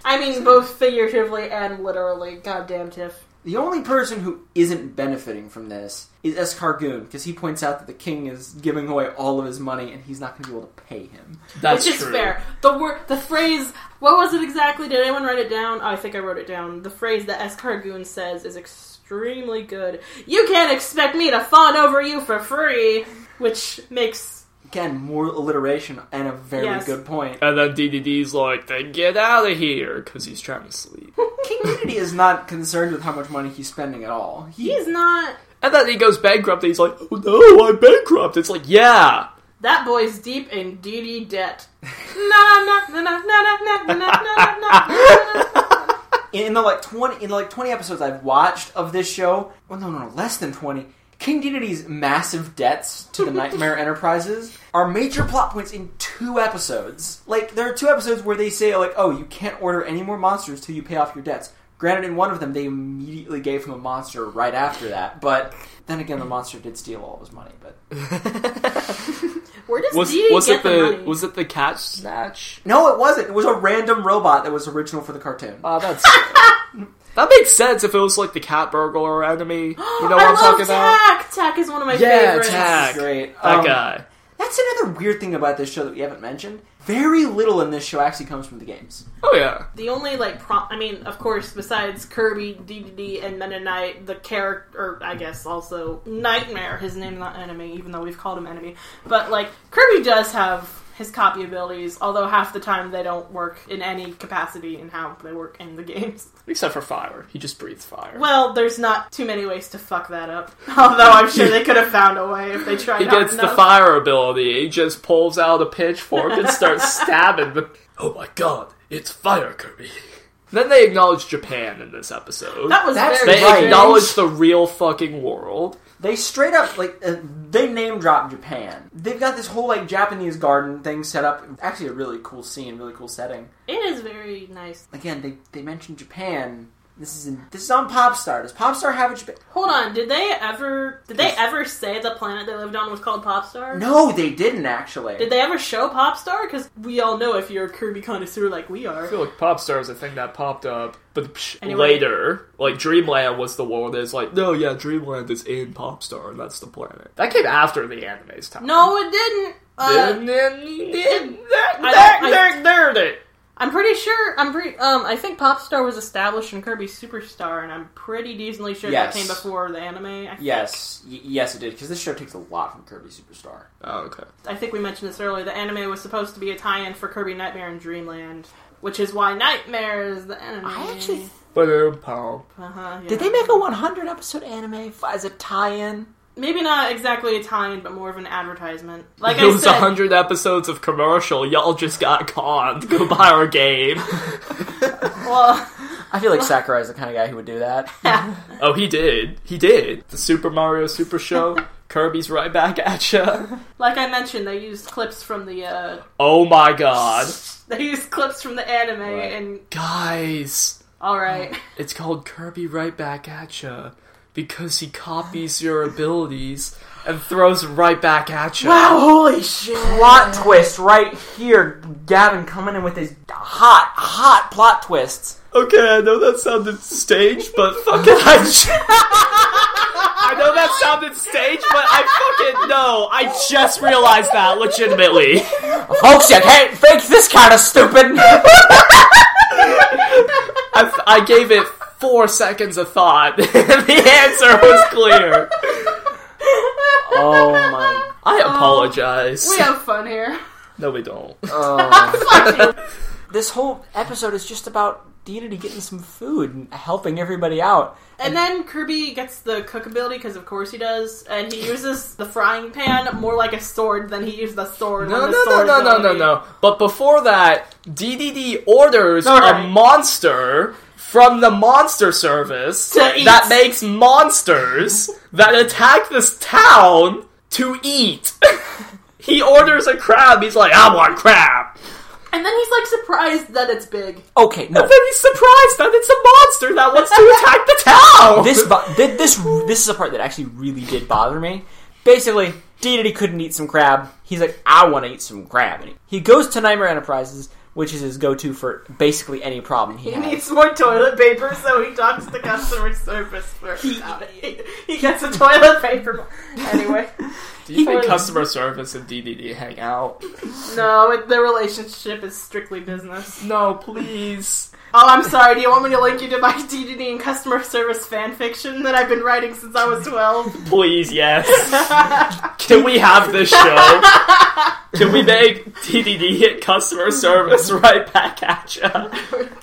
Speaker 3: I mean, both figuratively and literally. Goddamn Tiff.
Speaker 1: The only person who isn't benefiting from this is Escargoon because he points out that the king is giving away all of his money and he's not going to be able to pay him.
Speaker 2: That's
Speaker 3: Which is
Speaker 2: true.
Speaker 3: fair. The word, the phrase, what was it exactly? Did anyone write it down? Oh, I think I wrote it down. The phrase that Escargoon says is extremely good. You can't expect me to fawn over you for free, which makes
Speaker 1: Again, more alliteration and a very
Speaker 3: Yes.
Speaker 1: good point.
Speaker 2: And then DDD's like, then get out of here, because he's trying to sleep.
Speaker 1: King Dedede is not concerned with how much money he's spending at all. He,
Speaker 3: he's not.
Speaker 2: and then he goes bankrupt, and he's like, oh no, I'm bankrupt. It's like, yeah.
Speaker 3: That boy's deep in Dee Dee debt. Na na na na na na na na na na na.
Speaker 1: in the like twenty in the like twenty episodes I've watched of this show, well, no, no, no, less than twenty. King Dedede's massive debts to the Nightmare Enterprises are major plot points in two episodes. Like there are two episodes where they say like, "Oh, you can't order any more monsters till you pay off your debts." Granted, in one of them they immediately gave him a monster right after that, but then again, the monster did steal all of his money. But
Speaker 3: Where does
Speaker 2: Was,
Speaker 3: Dee Dee
Speaker 2: was
Speaker 3: get
Speaker 2: it
Speaker 3: the,
Speaker 2: the,
Speaker 3: money?
Speaker 2: was it the cat snatch?
Speaker 1: no, it wasn't. It was a random robot that was original for the cartoon. Uh,
Speaker 2: Ah, that's that makes sense if it was like the cat burglar enemy. You know what
Speaker 3: I
Speaker 2: am
Speaker 3: love
Speaker 2: talking about?
Speaker 3: Tack. Tack is one of my
Speaker 2: Yeah,
Speaker 3: favorites.
Speaker 2: Tack.
Speaker 1: Great.
Speaker 2: That
Speaker 1: Um,
Speaker 2: guy.
Speaker 1: That's another weird thing about this show that we haven't mentioned. Very little in this show actually comes from the games.
Speaker 2: Oh yeah.
Speaker 3: The only like prom I mean, of course, besides Kirby, DDD, and Mennonite, the character, or I guess also Nightmare. His name's not enemy, even though we've called him enemy. But like Kirby does have his copy abilities, although half the time they don't work in any capacity in how they work in the games.
Speaker 2: Except for fire. He just breathes fire.
Speaker 3: Well, there's not too many ways to fuck that up. Although I'm sure they could have found a way if they tried.
Speaker 2: he
Speaker 3: hard
Speaker 2: gets the
Speaker 3: enough.
Speaker 2: fire ability. He just pulls out a pitchfork and starts stabbing the Oh my god, it's fire Kirby. Then they acknowledge Japan in this episode.
Speaker 3: That was
Speaker 1: That's
Speaker 3: very
Speaker 2: they
Speaker 1: right.
Speaker 3: strange.
Speaker 2: acknowledge the real fucking world.
Speaker 1: They straight up like uh, they name drop Japan. They've got this whole like Japanese garden thing set up. Actually, a really cool scene, really cool setting.
Speaker 3: It is very nice.
Speaker 1: Again, they they mention Japan. This is in, this is on Popstar. Does Popstar have a Japan?
Speaker 3: Hold on, did they ever did they ever say the planet they lived on was called Popstar?
Speaker 1: No, they didn't actually.
Speaker 3: Did they ever show Popstar? Because we all know if you're a Kirby connoisseur like we are.
Speaker 2: I feel like Popstar is a thing that popped up, but psh,
Speaker 3: Anyway.
Speaker 2: later, like Dreamland was the world that's like, no, yeah, Dreamland is in Popstar, and that's the planet. That came after the anime's time.
Speaker 3: No, it didn't. Uh,
Speaker 2: Dun, dun, dun,
Speaker 3: I
Speaker 2: dun,
Speaker 3: don't- I-
Speaker 2: dun, dun, dun.
Speaker 3: I'm pretty sure. I'm pretty. Um, I think Popstar was established in Kirby Superstar, and I'm pretty decently sure
Speaker 1: Yes.
Speaker 3: that came before the anime. I think.
Speaker 1: Yes, y- yes, it did. Because this show takes a lot from Kirby Superstar.
Speaker 2: Oh, okay.
Speaker 3: I think we mentioned this earlier. The anime was supposed to be a tie-in for Kirby Nightmare and Dreamland, which is why Nightmare is the anime.
Speaker 5: I actually
Speaker 2: um, Ba-dum-pow.
Speaker 3: uh-huh, yeah.
Speaker 5: did they make a 100 episode anime f- as a tie-in?
Speaker 3: Maybe not exactly a tie-in, but more of an advertisement. Like
Speaker 2: it
Speaker 3: I
Speaker 2: was
Speaker 3: said,
Speaker 2: a hundred episodes of commercial. Y'all just got conned. Go buy our game.
Speaker 3: Well,
Speaker 1: I feel like Sakurai's the kind of guy who would do that.
Speaker 2: Oh, he did. He did. The Super Mario Super Show. Kirby's right back at ya.
Speaker 3: like I mentioned, they used clips from the uh,
Speaker 2: Oh my god.
Speaker 3: they used clips from the anime, and
Speaker 2: Guys,
Speaker 3: all right,
Speaker 2: it's called Kirby right back at ya because he copies your abilities and throws right back at ya.
Speaker 1: holy shit!
Speaker 5: Plot twist right here. Gavin coming in with his hot, hot plot twists.
Speaker 2: Okay, I know that sounded staged, but fucking I just... I know that sounded staged, but I fucking know. I just realized that legitimately.
Speaker 5: Folks, you can't fake this kind of stupid.
Speaker 2: I, I gave it four seconds of thought. the answer was clear.
Speaker 5: oh my.
Speaker 2: I apologize.
Speaker 3: we have fun here.
Speaker 2: no, we don't.
Speaker 5: This whole episode is just about Deity getting some food and helping everybody out.
Speaker 3: And then Kirby gets the cook ability because, of course, he does, and he uses the frying pan more like a sword than he used the sword.
Speaker 2: No,
Speaker 3: when the
Speaker 2: no, no,
Speaker 3: sword
Speaker 2: no, no, no,
Speaker 3: ability-
Speaker 2: no. But before that, DDD orders a
Speaker 3: right.
Speaker 2: monster from the monster service
Speaker 3: To eat.
Speaker 2: that makes monsters that attack this town to eat. he orders a crab. He's like, I want crab.
Speaker 3: And then he's like surprised that it's big.
Speaker 5: Okay, no.
Speaker 2: Then he's surprised that it's a monster that wants to attack the town.
Speaker 5: this bo- thi- this this is the part that actually really did bother me. Basically, Dedede couldn't eat some crab. He's like, I want to eat some crab. And he goes to Nightmare Enterprises, which is his go-to for basically any problem he,
Speaker 2: Oh.
Speaker 3: He
Speaker 5: has.
Speaker 3: needs more toilet paper, so he talks to customer service for about it. He, he gets a toilet paper. Anyway,
Speaker 2: Do you think
Speaker 3: Even-
Speaker 2: customer service and DDD hang out?
Speaker 3: no, it, their relationship is strictly business.
Speaker 2: No, please.
Speaker 3: Oh, I'm sorry. Do you want me to link you to my DDD and customer service fan fiction that I've been writing since I was 12?
Speaker 2: Please, yes. Can we have this show? Can we make DDD hit customer service right back at ya?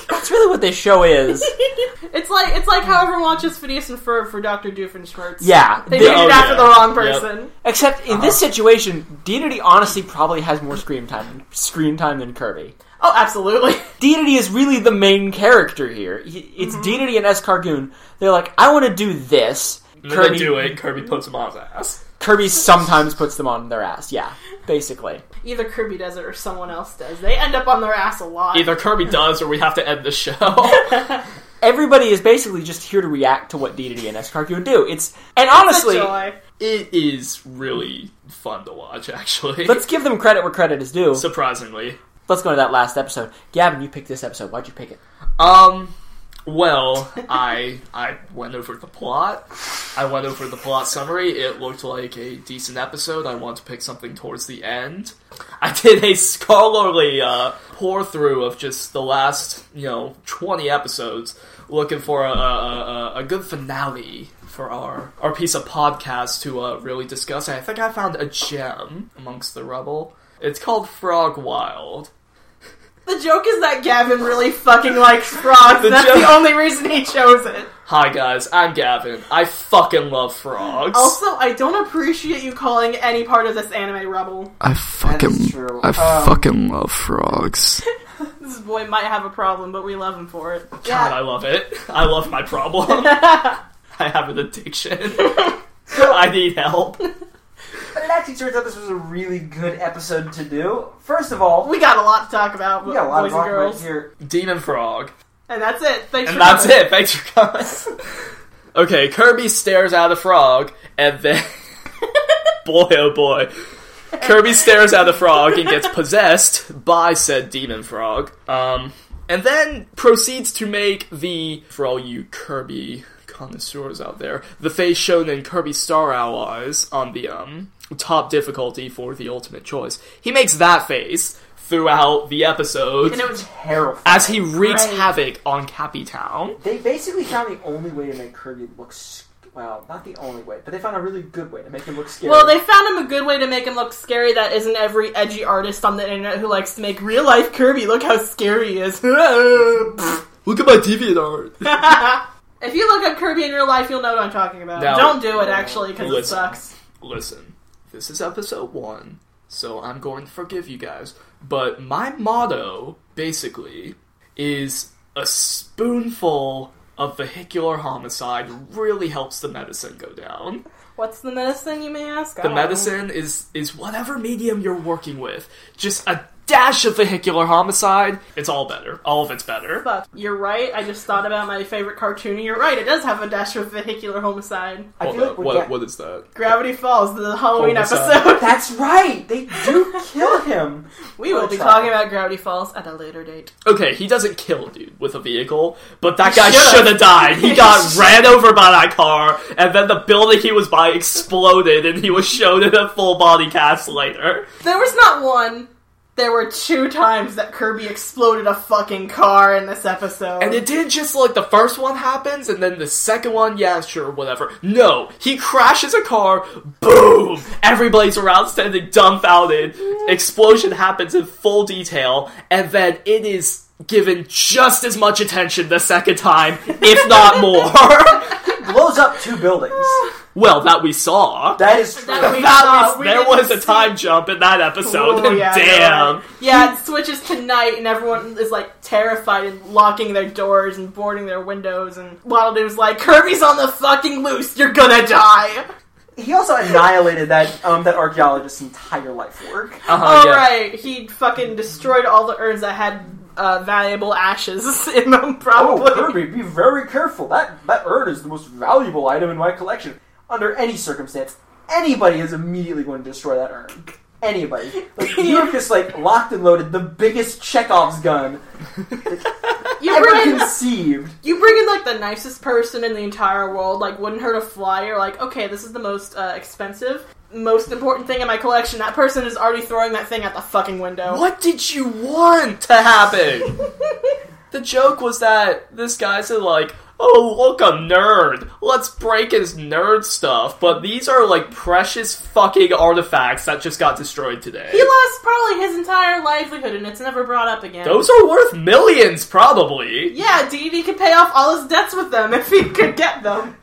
Speaker 5: That's really what this show is.
Speaker 3: it's like it's like how everyone watches Phineas and Ferb for Dr. Doofenshmirtz.
Speaker 5: yeah.
Speaker 3: They
Speaker 5: thi-
Speaker 3: named
Speaker 2: Oh,
Speaker 3: it after
Speaker 2: yeah.
Speaker 3: the wrong
Speaker 2: Yep.
Speaker 3: person.
Speaker 5: except in this
Speaker 2: Uh-huh.
Speaker 5: situation, Dedede honestly probably has more screen time screen time than Kirby.
Speaker 3: Oh, absolutely.
Speaker 5: Dedede is really the main character here. He- It's Dedede and Escargoon. They're like, I want to do this.
Speaker 2: Then they do it. Kirby puts him on his ass.
Speaker 5: Kirby sometimes puts them on their ass. Yeah, basically.
Speaker 3: Either Kirby does it or someone else does. They end up on their ass a lot.
Speaker 2: Either Kirby does, or we have to end the show.
Speaker 5: everybody is basically just here to react to what DDD and Escargoon do. It's and honestly,
Speaker 3: It's a joy.
Speaker 2: it is really fun to watch, actually.
Speaker 5: let's give them credit where credit is due.
Speaker 2: Surprisingly.
Speaker 5: let's go to that last episode. Gavin, you picked this episode. Why'd you pick it?
Speaker 2: Um. Well, I I went over the plot. I went over the plot summary. It looked like a decent episode. I want to pick something towards the end. I did a scholarly uh, pour through of just the last you know twenty episodes, looking for a, a, a, a good finale for our our piece of podcast to uh, really discuss. And I think I found a gem amongst the rubble. It's called Frog Wild.
Speaker 3: The joke is that Gavin really fucking likes frogs.
Speaker 2: The
Speaker 3: That's
Speaker 2: joke-
Speaker 3: the only reason he chose it.
Speaker 2: Hi guys, I'm Gavin. I fucking love frogs.
Speaker 1: Oh,
Speaker 3: Also, I don't appreciate you calling any part of this anime rubble.
Speaker 7: I
Speaker 1: That's
Speaker 7: fucking
Speaker 1: true.
Speaker 7: I
Speaker 1: Um,
Speaker 7: fucking love frogs.
Speaker 3: This boy might have a problem, but we love him for it.
Speaker 2: God, I love it. I love my problem. I have an addiction. I need help.
Speaker 1: But it actually turns out this was a really good episode to do. First of all,
Speaker 3: We got a lot to talk about,
Speaker 1: we got a lot
Speaker 3: boys
Speaker 1: of rock
Speaker 3: and
Speaker 1: right
Speaker 3: girls.
Speaker 1: here.
Speaker 2: Demon frog.
Speaker 3: and that's it. Thanks for
Speaker 2: And that's
Speaker 3: coming.
Speaker 2: it. Thanks for coming. Okay, Kirby stares at a frog and then boy oh boy. Kirby stares at a frog and gets possessed by said demon frog. Um and then proceeds to make the for all you Kirby connoisseurs out there, the face shown in Kirby Star Allies on the um top difficulty for the ultimate choice. He makes that face throughout the episode
Speaker 3: And it was
Speaker 1: Terrifying.
Speaker 2: as he wreaks
Speaker 3: Right.
Speaker 2: havoc on Cappy Town.
Speaker 1: They basically found the only way to make Kirby look sc- well, not the only way, but they found a really good way to make him look scary.
Speaker 3: well, they found him a good way to make him look scary. That isn't every edgy artist on the internet who likes to make real life Kirby look how scary he is. if
Speaker 2: Look at my DeviantArt.
Speaker 3: you look up Kirby in real life, you'll know what I'm talking about.
Speaker 2: No.
Speaker 3: Don't do it actually because it
Speaker 2: Listen.
Speaker 3: sucks.
Speaker 2: Listen, this is episode one, so I'm going to forgive you guys. But my motto, basically, is a spoonful of vehicular homicide really helps the medicine go down.
Speaker 3: What's the medicine, you may ask? Oh, I
Speaker 2: The
Speaker 3: don't know.
Speaker 2: medicine is is whatever medium you're working with. Just a dash of vehicular homicide, it's all better. All of it's better.
Speaker 3: Fuck. You're right. I just thought about my favorite cartoon, and you're right. It does have a dash of vehicular homicide.
Speaker 5: I
Speaker 2: Hold
Speaker 5: feel like
Speaker 2: up,
Speaker 5: we're
Speaker 2: uh, what,
Speaker 5: get-
Speaker 2: what is that?
Speaker 3: Gravity Falls, the Halloween
Speaker 2: Homicide.
Speaker 3: episode.
Speaker 5: That's right. They do kill him.
Speaker 3: we will be talking about Gravity Falls at a later date.
Speaker 2: Okay, he doesn't kill a dude with a vehicle, but that guy
Speaker 3: should've.
Speaker 2: should have died. He got ran over by that car, and then the building he was by exploded, and he was shown in a full body cast later.
Speaker 3: There was not one. There were two times that Kirby exploded a fucking car in this episode.
Speaker 2: And it didn't just like the first one happens and then the second one, yeah, sure, whatever. No, he crashes a car, boom! Everybody's around standing dumbfounded. Explosion happens in full detail, and then it is given just as much attention the second time, if not more.
Speaker 5: Blows up two buildings.
Speaker 2: well, that we saw.
Speaker 5: That is true.
Speaker 3: That we
Speaker 2: That
Speaker 3: saw,
Speaker 2: was,
Speaker 3: we
Speaker 2: there
Speaker 3: didn't
Speaker 2: was a
Speaker 3: see-
Speaker 2: time jump in that episode.
Speaker 3: Ooh, yeah,
Speaker 2: Damn.
Speaker 3: you're right. Yeah, it switches to night, and everyone is like terrified and locking their doors and boarding their windows. And Waddle Doo's like, "Kirby's on the fucking loose. You're gonna die."
Speaker 5: He also annihilated that um that archaeologist's entire life work.
Speaker 2: Uh-huh,
Speaker 3: All right,
Speaker 2: yeah.
Speaker 3: he fucking destroyed all the urns that had uh, valuable ashes in them,
Speaker 5: Oh,
Speaker 3: probably.
Speaker 5: Kirby, be very careful. That that urn is the most valuable item in my collection. Under any circumstance, anybody is immediately going to destroy that urn. Anybody. Like, you have just like locked and loaded the biggest Chekhov's gun
Speaker 3: You
Speaker 5: ever
Speaker 3: bring,
Speaker 5: conceived.
Speaker 3: you bring in like the nicest person in the entire world, like wouldn't hurt a fly. You're like, okay, this is the most uh, expensive, most important thing in my collection. That person is already throwing that thing out the fucking window.
Speaker 2: What did you want to happen? the joke was that this guy said like, "Oh, look, a nerd. Let's break his nerd stuff." But these are like precious fucking artifacts that just got destroyed today.
Speaker 3: He lost probably his entire livelihood, and it's never brought up again.
Speaker 2: Those are worth millions, probably.
Speaker 3: yeah, DD could pay off all his debts with them if he could get them.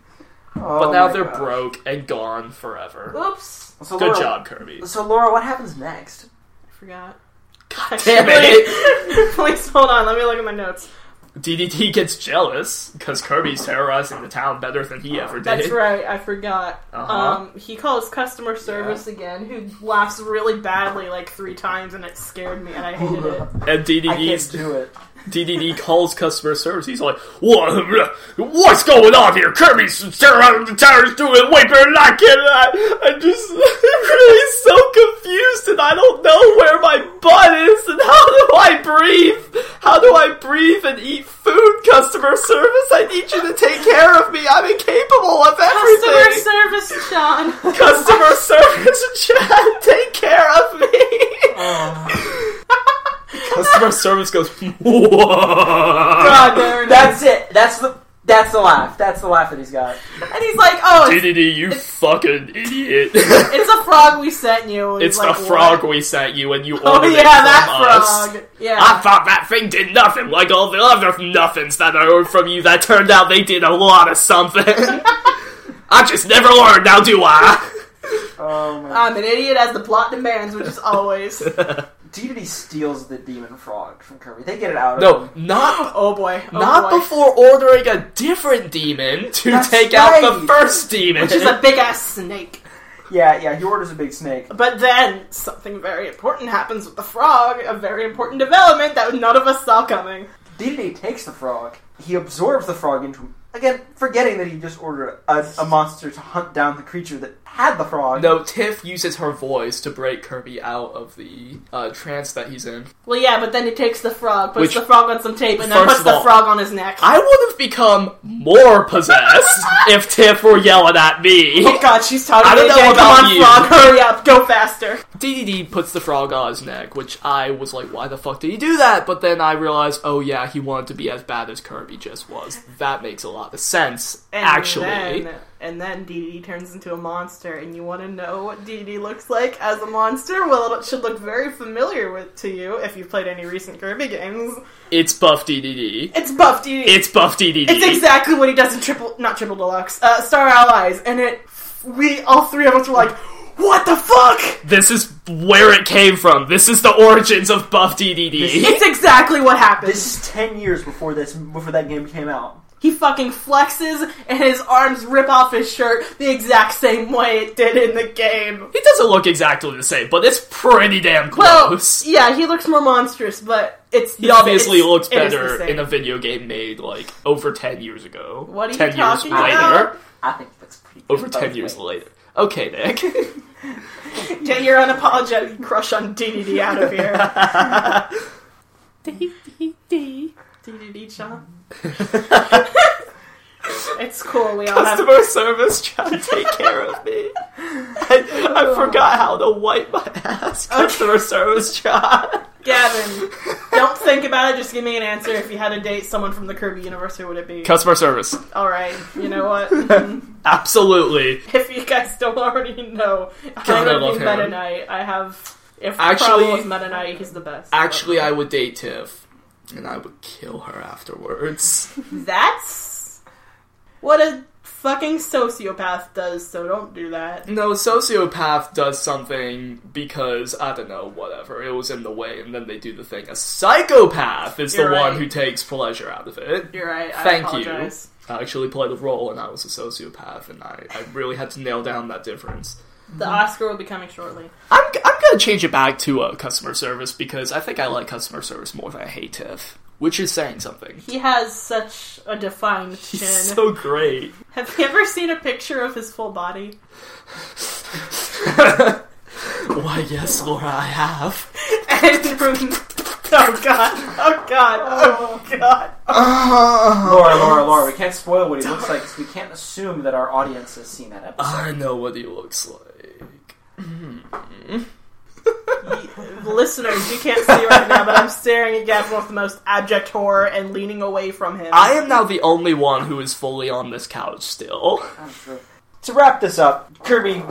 Speaker 5: Oh
Speaker 2: But now
Speaker 5: my
Speaker 2: they're
Speaker 5: gosh.
Speaker 2: broke and gone forever.
Speaker 3: Oops,
Speaker 5: So
Speaker 2: Good
Speaker 5: Laura-
Speaker 2: job, Kirby.
Speaker 5: So Laura, what happens next?
Speaker 3: I forgot.
Speaker 2: Damn it!
Speaker 3: Please hold on. Let me look at my notes.
Speaker 2: DDT gets jealous because Kirby's terrorizing the town better than he ever did.
Speaker 3: That's right. I forgot.
Speaker 2: Uh-huh.
Speaker 3: Um, he calls customer service again, who laughs really badly like three times, and it scared me, and I hated it.
Speaker 2: And
Speaker 5: I can't
Speaker 2: DDD,
Speaker 5: do it.
Speaker 2: DDD calls customer service. He's like, what, What's going on here? Kirby's terrorizing the town. He's doing it way better than I can. I, I'm just really so confused, and I don't know where my butt is, and how do I breathe? How do I breathe and eat food, customer service? I need you to take care of me. I'm incapable of everything.
Speaker 3: Customer service, Sean.
Speaker 2: Customer service chat, take care of me. Customer service goes.
Speaker 3: God, there it is.
Speaker 5: That's it. That's the that's the laugh. That's the laugh that he's got.
Speaker 3: And he's like, "Oh, it's,
Speaker 2: DDD, you fucking idiot!
Speaker 3: it's a frog we sent you." And he's
Speaker 2: it's the
Speaker 3: like,
Speaker 2: frog
Speaker 3: "What?"
Speaker 2: we sent you, and you ordered
Speaker 3: Oh yeah,
Speaker 2: it from
Speaker 3: that
Speaker 2: us.
Speaker 3: frog. Yeah.
Speaker 2: I thought that thing did nothing, like all the other nothings that I heard from you. That turned out they did a lot of something. I just never learned. Now do I?
Speaker 5: Oh my
Speaker 3: I'm an idiot as the plot demands, which is always.
Speaker 5: Dedede steals the demon frog from Kirby. They get it out of
Speaker 2: No,
Speaker 5: him.
Speaker 2: not
Speaker 3: oh boy. Oh
Speaker 2: Not
Speaker 3: boy.
Speaker 2: before ordering a different demon to
Speaker 5: That's
Speaker 2: take out the
Speaker 5: right.
Speaker 2: first demon.
Speaker 3: Which is a big ass snake.
Speaker 5: Yeah, yeah, he orders a big snake.
Speaker 3: But then something very important happens with the frog, a very important development that none of us saw coming.
Speaker 5: Dedede takes the frog. He absorbs the frog into him. Again, forgetting that he just ordered a, a monster to hunt down the creature that had the frog.
Speaker 2: no, Tiff uses her voice to break Kirby out of the uh, trance that he's in.
Speaker 3: Well, yeah, but then he takes the frog,
Speaker 2: Which-
Speaker 3: puts the frog on some tape, and then
Speaker 2: First
Speaker 3: puts
Speaker 2: of
Speaker 3: the
Speaker 2: all-
Speaker 3: frog on his neck.
Speaker 2: I would have become more possessed if Tiff were yelling at me.
Speaker 3: oh god, she's talking
Speaker 2: I don't
Speaker 3: to me
Speaker 2: know
Speaker 3: again.
Speaker 2: about
Speaker 3: Come on,
Speaker 2: you.
Speaker 3: frog, hurry up, go faster.
Speaker 2: DDD puts the frog on his neck, which I was like, why the fuck did he do that? But then I realized, oh yeah, he wanted to be as bad as Kirby just was. That makes a lot of sense,
Speaker 3: And
Speaker 2: actually.
Speaker 3: Then, and then DDD turns into a monster, and you want to know what DDD looks like as a monster? Well, it should look very familiar with, to you if you've played any recent Kirby games.
Speaker 2: It's Buff DDD.
Speaker 3: It's Buff DDD.
Speaker 2: It's Buff DDD.
Speaker 3: It's exactly what he does in triple, not triple deluxe, uh, Star Allies, and it. We all three of us were like, What the fuck?
Speaker 2: This is where it came from. This is the origins of Buff DDD.
Speaker 3: It's exactly what happens.
Speaker 1: This is ten years before this before that game came out.
Speaker 3: He fucking flexes and his arms rip off his shirt the exact same way it did in the game.
Speaker 2: It doesn't look exactly the same, but it's pretty damn
Speaker 3: Well,
Speaker 2: close.
Speaker 3: yeah, he looks more monstrous, but it's
Speaker 2: he obviously
Speaker 3: it's-
Speaker 2: looks
Speaker 3: it is the
Speaker 2: better
Speaker 3: same.
Speaker 2: in a video game made like over ten years ago.
Speaker 3: What are you
Speaker 2: 10
Speaker 3: talking
Speaker 2: years
Speaker 3: about?
Speaker 2: later.
Speaker 1: I think it looks pretty. Good
Speaker 2: Over ten
Speaker 1: both
Speaker 2: years
Speaker 1: ways.
Speaker 2: later. Okay, Nick.
Speaker 3: Get your unapologetic crush on DDD out of here. DDD. DDD John. it's cool, we all have.
Speaker 2: Customer service trying to take care of me. I,
Speaker 3: Oh.
Speaker 2: I forgot how to wipe my ass. Customer service try.
Speaker 3: Gavin, don't think about it, just give me an answer. If you had to date someone from the Kirby universe, who would it be?
Speaker 2: Customer service.
Speaker 3: Alright, you know what?
Speaker 2: Absolutely.
Speaker 3: if you guys don't already know,
Speaker 2: God, I
Speaker 3: I would
Speaker 2: love
Speaker 3: be
Speaker 2: him.
Speaker 3: Meta Knight. I have. If
Speaker 2: Actually-
Speaker 3: actually, was Meta Knight, he's the best.
Speaker 2: Actually, I would date Tiff, and I would kill her afterwards.
Speaker 3: that's what a fucking sociopath does. So don't do that.
Speaker 2: No, sociopath does something because I don't know, whatever. It was in the way, and then they do the thing. A psychopath is
Speaker 3: You're
Speaker 2: the one
Speaker 3: right.
Speaker 2: who takes pleasure out of it.
Speaker 3: You're right. I
Speaker 2: Thank you.
Speaker 3: apologize.
Speaker 2: I actually played a role, and I was a sociopath, and I, I really had to nail down that difference.
Speaker 3: The
Speaker 2: Mm-hmm.
Speaker 3: Oscar will be coming shortly.
Speaker 2: I'm, I'm gonna change it back to uh, customer service because I think I like customer service more than I hate Tiff, which is saying something.
Speaker 3: He has such a defined chin.
Speaker 2: He's so great.
Speaker 3: have you ever seen a picture of his full body?
Speaker 2: Why, yes, Laura, I have.
Speaker 3: And from- oh god! Oh god! Oh god! Uh-huh.
Speaker 1: Laura, Laura, Laura. We can't spoil what he looks like because we can't assume that our audience has seen that episode.
Speaker 2: I know what he looks like.
Speaker 3: Mm-hmm. Listeners, you can't see right now, but I'm staring at Gavin with the most abject horror and leaning away from him.
Speaker 2: I am now the only one who is fully on this couch still.
Speaker 1: I'm sure. To wrap this up, Kirby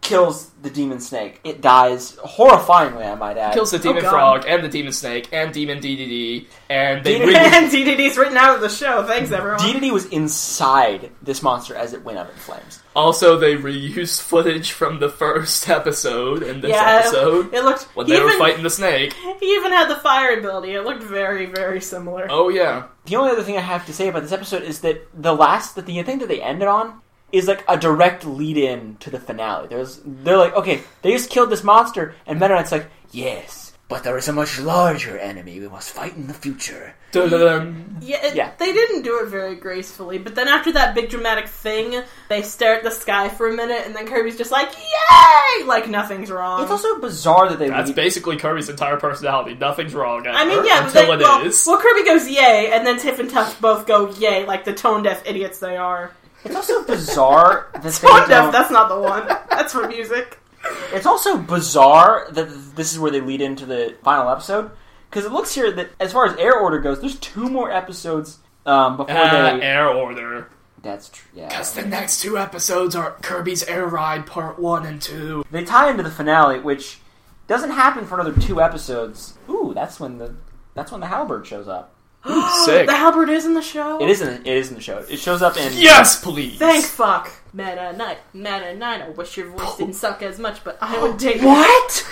Speaker 1: kills the demon snake. It dies horrifyingly, I might add.
Speaker 2: Kills the demon
Speaker 3: Oh, God.
Speaker 2: frog and the demon snake and demon DDD and they
Speaker 1: Demon-
Speaker 2: really
Speaker 3: and DDD's written out of the show. Thanks, everyone.
Speaker 1: DDD was inside this monster as it went up in flames.
Speaker 2: also they reused footage from the first episode and this
Speaker 3: yeah,
Speaker 2: episode
Speaker 3: it looked.
Speaker 2: when
Speaker 3: he,
Speaker 2: they
Speaker 3: even,
Speaker 2: were fighting the snake.
Speaker 3: he even had the fire ability. It looked very, very similar.
Speaker 2: Oh yeah,
Speaker 1: The only other thing I have to say about this episode is that the last, that the thing that they ended on is like a direct lead-in to the finale. There's, they're like, okay, they just killed this monster, and Meta Knight's like, yes, but there is a much larger enemy we must fight in the future.
Speaker 2: Dun-dun-dun.
Speaker 3: Yeah, it,
Speaker 1: Yeah.
Speaker 3: they didn't do it very gracefully. But then after that big dramatic thing, they stare at the sky for a minute, and then Kirby's just like, "Yay!" Like nothing's wrong.
Speaker 1: It's also bizarre that they
Speaker 2: that's
Speaker 1: leave-
Speaker 2: basically Kirby's entire personality. Nothing's wrong. Ever,
Speaker 3: I mean, yeah, but
Speaker 2: until
Speaker 3: they,
Speaker 2: it
Speaker 3: well,
Speaker 2: is.
Speaker 3: well, Kirby goes yay, and then Tiff and Tuff both go yay, like the tone deaf idiots they are.
Speaker 1: It's also bizarre that they
Speaker 3: Tone deaf,
Speaker 1: don't-
Speaker 3: that's not the one. That's for music.
Speaker 1: It's also bizarre that this is where they lead into the final episode because it looks here that as far as air order goes, there's two more episodes um, before
Speaker 2: Ah,
Speaker 1: they.
Speaker 2: air order.
Speaker 1: That's true. Yeah,
Speaker 2: Because the next two episodes are Kirby's Air Ride Part 1 and 2.
Speaker 1: they tie into the finale, which doesn't happen for another two episodes. Ooh, that's when the that's when the halberd shows up.
Speaker 2: Sick.
Speaker 3: The Halberd is in the show.
Speaker 1: It isn't. It is in the show. It shows up in.
Speaker 2: Yes, please!
Speaker 3: Thank fuck. Meta Knight, Meta Knight. I wish your voice didn't suck as much, but I would dig
Speaker 1: What?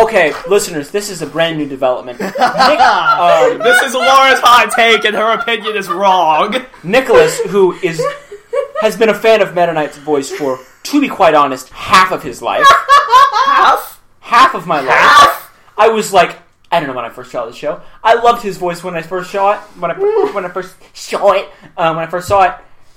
Speaker 1: okay, listeners, this is a brand new development. Nick, um,
Speaker 2: This is Laura's hot take, and her opinion is wrong.
Speaker 1: Nicholas, who is has been a fan of Meta Knight's voice for, to be quite honest, half of his life.
Speaker 2: Half?
Speaker 1: Half of my life. I was like, I don't know when I first saw the show. I loved his voice when I first saw it. When I when I first saw it. Um, when I first saw it,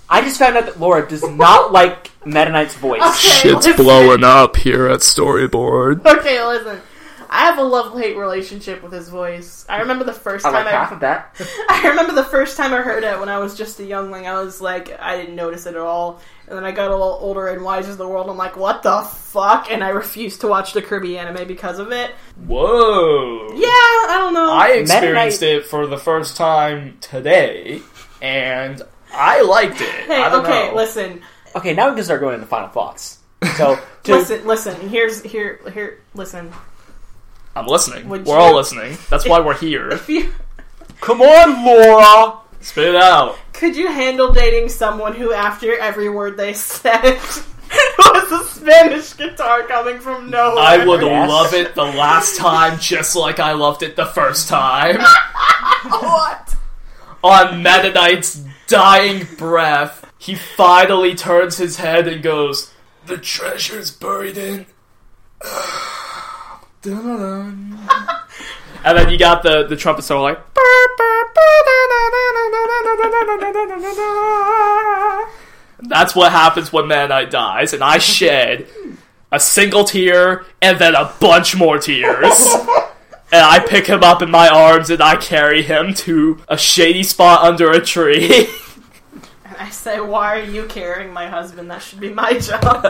Speaker 1: I just found out that Laura does not like Meta Knight's voice.
Speaker 7: Shit's blowing up here at Storyboard.
Speaker 3: Okay, listen. I have a love hate relationship with his voice. I remember the first
Speaker 1: I like
Speaker 3: time
Speaker 1: half
Speaker 3: I,
Speaker 1: of that.
Speaker 3: I remember the first time I heard it when I was just a youngling. I was like, I didn't notice it at all. And then I got a little older and wiser to the world. I'm like, what the fuck? And I refused to watch the Kirby anime because of it.
Speaker 2: Whoa.
Speaker 3: Yeah, I don't know.
Speaker 2: I
Speaker 1: Meta Knight-
Speaker 2: experienced it for the first time today, and I liked it.
Speaker 3: Hey,
Speaker 2: I don't
Speaker 3: okay,
Speaker 2: know.
Speaker 3: listen,
Speaker 1: Okay, now we can start going into final thoughts. So, to,
Speaker 3: listen, listen. Here's here here. Listen,
Speaker 2: I'm listening.
Speaker 3: Would
Speaker 2: we're all
Speaker 3: you-
Speaker 2: listening. That's why we're here.
Speaker 3: if you
Speaker 1: come on, Laura.
Speaker 2: Spit it out.
Speaker 3: could you handle dating someone who, after every word they said, was a Spanish guitar coming from nowhere.
Speaker 2: I would
Speaker 1: Yes.
Speaker 2: love it the last time just like I loved it the first time.
Speaker 3: What?
Speaker 2: On Mennonite's dying breath, he finally turns his head and goes, The treasure's buried in. Dun-dun-dun. and then you got the, the trumpet solo like. That's what happens when Mennonite dies, and I shed a single tear and then a bunch more tears. and I pick him up in my arms and I carry him to a shady spot under a tree.
Speaker 3: And I say, why are you carrying my husband? That should be my job.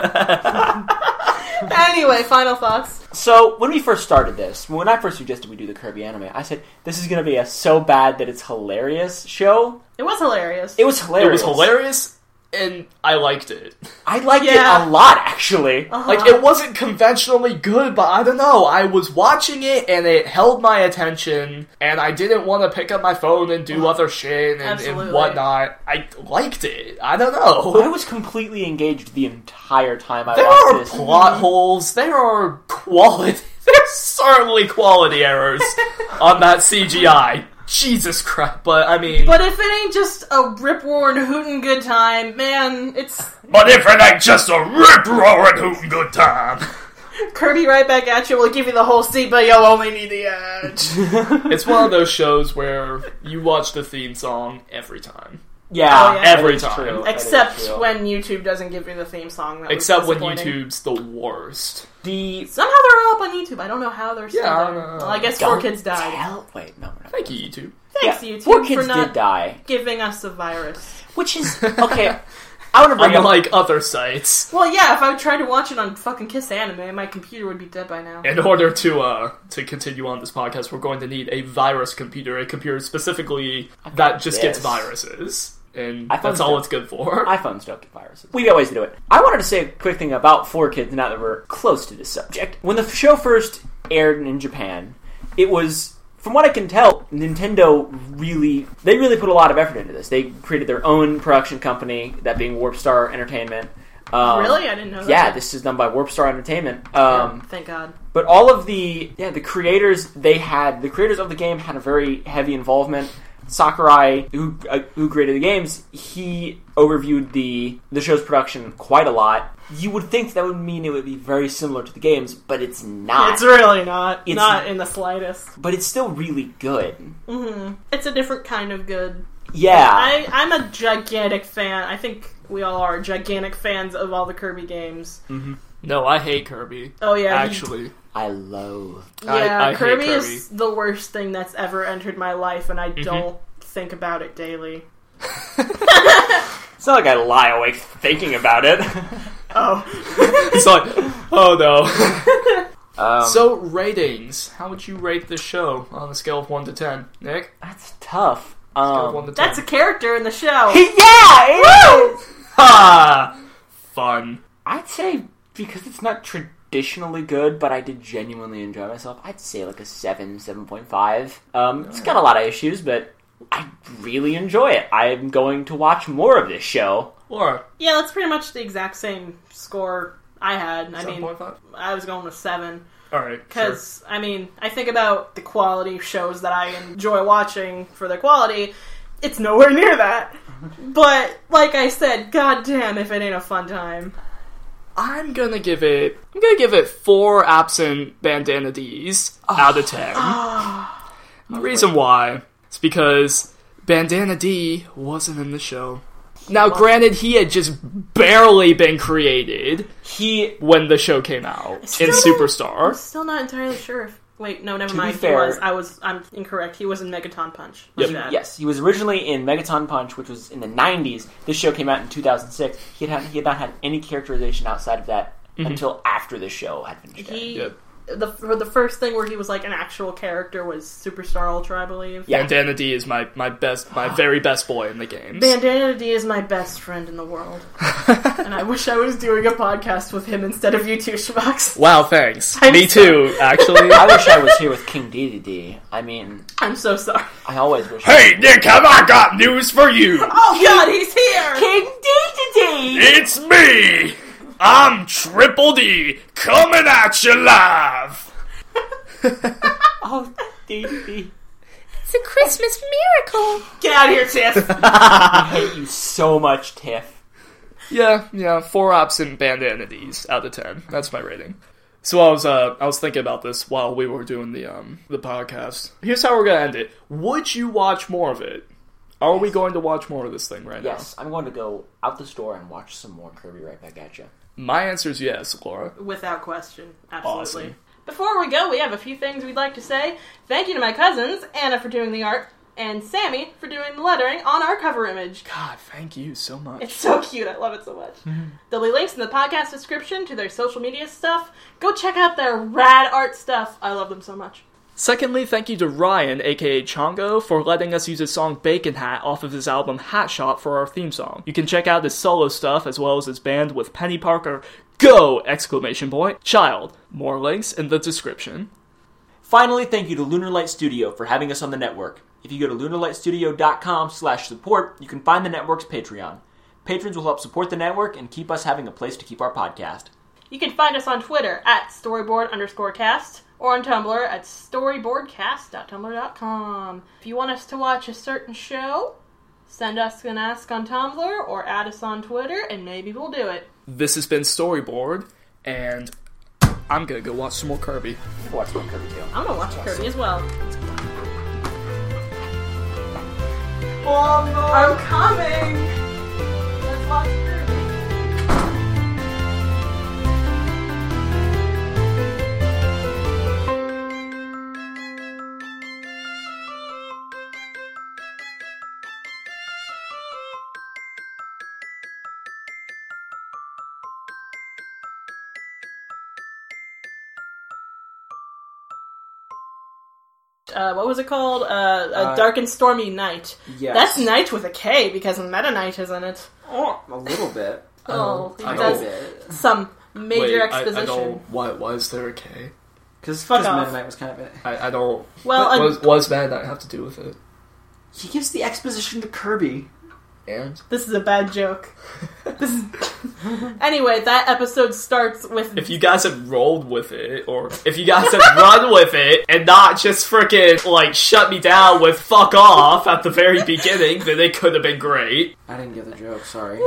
Speaker 3: anyway, final thoughts.
Speaker 1: So when we first started this, when I first suggested we do the Kirby anime, I said this is going to be a so bad that it's hilarious show.
Speaker 3: It was hilarious.
Speaker 1: It was
Speaker 2: it
Speaker 1: hilarious.
Speaker 2: was hilarious and I liked it.
Speaker 1: I liked
Speaker 3: Yeah.
Speaker 1: it a lot, actually.
Speaker 3: Uh-huh.
Speaker 2: Like it wasn't conventionally good, but I don't know. I was watching it and it held my attention and I didn't want to pick up my phone and do other shit and,
Speaker 3: Absolutely.
Speaker 2: and whatnot. I liked it. I don't
Speaker 1: I
Speaker 2: know.
Speaker 1: was completely engaged the entire time I
Speaker 2: There
Speaker 1: watched
Speaker 2: are
Speaker 1: this.
Speaker 2: plot holes, there are quality there's certainly quality errors on that CGI. Jesus Christ, but I mean
Speaker 3: But if it ain't just a rip roaring hootin' good time, man, it's
Speaker 2: But if it ain't just a rip roaring hootin' good time,
Speaker 3: Kirby right back at you. We'll give you the whole seat, but you'll only need the edge.
Speaker 2: it's one of those shows where you watch the theme song every time,
Speaker 1: Yeah,
Speaker 3: Oh, yeah.
Speaker 2: every
Speaker 1: That is
Speaker 2: time,
Speaker 1: true. That is
Speaker 3: Except
Speaker 1: true.
Speaker 3: when YouTube doesn't give you the theme song. That was
Speaker 2: except when
Speaker 3: disappointing.
Speaker 2: YouTube's the worst.
Speaker 1: the
Speaker 3: Somehow they're all up on YouTube. I don't know how they're still
Speaker 2: Yeah, I
Speaker 3: there.
Speaker 2: don't know.
Speaker 3: Well, I guess four
Speaker 1: Don't
Speaker 3: kids died.
Speaker 1: tell- Wait, no, we're not.
Speaker 2: Thank you, YouTube.
Speaker 3: Thanks,
Speaker 1: Yeah,
Speaker 3: YouTube,
Speaker 1: Four kids
Speaker 3: for not
Speaker 1: did die,
Speaker 3: giving us the virus.
Speaker 1: which is okay. I want to bring up
Speaker 2: Unlike other sites,
Speaker 3: Well, yeah, if I tried to watch it on fucking Kiss Anime, my computer would be dead by now.
Speaker 2: in order to uh to continue on this podcast, we're going to need a virus computer, a computer specifically that just gets
Speaker 1: this.
Speaker 2: viruses, and
Speaker 1: I found
Speaker 2: that's all
Speaker 1: it-
Speaker 2: it's good for.
Speaker 1: iPhones don't get viruses. We got ways to do it. I wanted to say a quick thing about Four Kids now that we're close to this subject. When the show first aired in Japan, it was, from what I can tell, Nintendo really, they really put a lot of effort into this. They created their own production company, that being Warp Star Entertainment. Um,
Speaker 3: really? I didn't know that.
Speaker 1: Yeah, this is done by Warp Star Entertainment. Um,
Speaker 3: Thank God.
Speaker 1: but all of the yeah the creators they had the creators of the game had a very heavy involvement sakurai who uh, who created the games he overviewed the the show's production quite a lot you would think that would mean it would be very similar to the games but it's not
Speaker 3: It's really not.
Speaker 1: It's-
Speaker 3: not in the slightest.
Speaker 1: but it's still really good
Speaker 3: It's a different kind of good.
Speaker 2: Ah.
Speaker 1: yeah
Speaker 3: I, I'm a gigantic fan. I think we all are gigantic fans of all the Kirby games.
Speaker 2: No, I hate Kirby.
Speaker 3: Oh yeah, he-
Speaker 2: Mm, Actually,
Speaker 1: i, loathe
Speaker 2: I-
Speaker 3: yeah.
Speaker 2: I hate
Speaker 3: Kirby,
Speaker 2: Kirby. Mm-hmm.
Speaker 3: is the worst thing that's ever entered my life, and I don't think about it daily.
Speaker 1: it's not like i lie awake thinking about it
Speaker 3: Oh.
Speaker 2: it's like, oh no.
Speaker 1: um,
Speaker 2: So ratings. How would you rate this show on a scale of one to ten, Nick?
Speaker 1: that's tough
Speaker 2: Scale of
Speaker 1: um,
Speaker 2: one to ten.
Speaker 3: That's a character in the show.
Speaker 1: yeah it is!
Speaker 2: ah, fun.
Speaker 1: I'd say because it's not traditionally good, but I did genuinely enjoy myself. I'd say like a seven, seven point five. Um, it's got a lot of issues, but I really enjoy it. I'm going to watch more of this show.
Speaker 2: Laura,
Speaker 3: yeah, that's pretty much the exact same score I had. I
Speaker 2: seven
Speaker 3: mean,
Speaker 2: point five.
Speaker 3: I was going with seven.
Speaker 2: All right, sure.
Speaker 3: Because, I mean, I think about the quality of shows that I enjoy watching for their quality. It's nowhere near that. But, like I said, goddamn if it ain't a fun time.
Speaker 2: I'm gonna give it. I'm gonna give it four absent bandana D's
Speaker 3: Ah.
Speaker 2: out of ten. the reason why is because bandana D wasn't in the show. Now, granted, he had just barely been created
Speaker 1: He,
Speaker 2: when the show came out in Superstar.
Speaker 3: Still not entirely sure if. Wait, no, never
Speaker 1: be
Speaker 3: mind. He
Speaker 1: fair-
Speaker 3: was. I was. I'm incorrect. He was in Megaton Punch. My bad.
Speaker 1: yes, he was originally in Megaton Punch, which was in the '90s. This show came out in 2006. He had, he had not had any characterization outside of that until after the show had finished. airing.
Speaker 3: He.
Speaker 2: Yep.
Speaker 3: The, for the first thing where he was like an actual character was Superstar Ultra, I believe.
Speaker 1: Yeah.
Speaker 2: Bandana D is my, my best, my very best boy in the games.
Speaker 3: Bandana D is my best friend in the world. and I wish I was doing a podcast with him instead of you two, Schmucks.
Speaker 2: wow, thanks.
Speaker 3: I'm
Speaker 2: Me too, actually.
Speaker 1: I wish I was here with King Dedede. I mean,
Speaker 3: I'm so sorry.
Speaker 1: I always wish.
Speaker 8: Hey, Nick, have I got news for you?
Speaker 3: Oh god, he's here!
Speaker 1: King Dedede.
Speaker 8: It's me,
Speaker 2: I'm Triple D coming at you live.
Speaker 1: Oh, DD.
Speaker 4: It's a Christmas miracle.
Speaker 3: Get out of here, Tiff.
Speaker 1: Hate you so much, Tiff.
Speaker 2: Yeah, yeah, four ops and bandanities out of ten. That's my rating. So I was uh I was thinking about this while we were doing the um the podcast. Here's how we're gonna end it. Would you watch more of it? Are we going to watch more of this thing right
Speaker 5: Yes, I'm going to go out the store and watch some more Kirby right back at you.
Speaker 2: now? My answer is yes, Laura.
Speaker 3: Without question. Absolutely.
Speaker 2: Awesome.
Speaker 3: Before we go, we have a few things we'd like to say. Thank you to my cousins, Anna for doing the art, and Sammy for doing the lettering on our cover image.
Speaker 2: God, thank you so much.
Speaker 3: It's so cute. I love it so much. There'll be links in the podcast description to their social media stuff. Go check out their rad art stuff. I love them so much.
Speaker 2: Secondly, thank you to Ryan, aka Chongo, for letting us use his song Bacon Hat off of his album Hat Shop for our theme song. You can check out his solo stuff as well as his band with Penny Parker. Go! Exclamation point. Child. More links in the description.
Speaker 1: Finally, thank you to Lunar Light Studio for having us on the network. If you go to lunarlightstudio.com slash support, you can find the network's Patreon. Patrons will help support the network and keep us having a place to keep our podcast.
Speaker 3: You can find us on Twitter at storyboard underscore cast or on Tumblr at storyboardcast.tumblr.com. If you want us to watch a certain show, send us an ask on Tumblr or add us on Twitter and maybe we'll do it.
Speaker 2: This has been Storyboard, and I'm gonna go watch some more Kirby.
Speaker 5: Watch some Kirby too.
Speaker 3: I'm gonna watch Kirby as well. Oh no! I'm coming! Let's watch Kirby. uh, what was it called? Uh, a dark and stormy night.
Speaker 1: Yes.
Speaker 3: That's night with a K because Meta Knight is in it.
Speaker 1: A little bit. Um,
Speaker 3: Oh, he
Speaker 2: I
Speaker 3: does
Speaker 2: don't-
Speaker 3: some major exposition.
Speaker 2: Why, why is there a K?
Speaker 1: Because
Speaker 3: Fuck off.
Speaker 1: Mennonite was kind of.
Speaker 2: I, I don't.
Speaker 3: Well, um, I'm-
Speaker 2: does that not have to do with it?
Speaker 1: He gives the exposition to Kirby.
Speaker 2: And
Speaker 3: This is a bad joke. this is... anyway, that episode starts with
Speaker 2: if you guys had rolled with it, or if you guys had run with it, and not just freaking like shut me down with fuck off at the very beginning, then it could have been great.
Speaker 1: I didn't get the joke, sorry.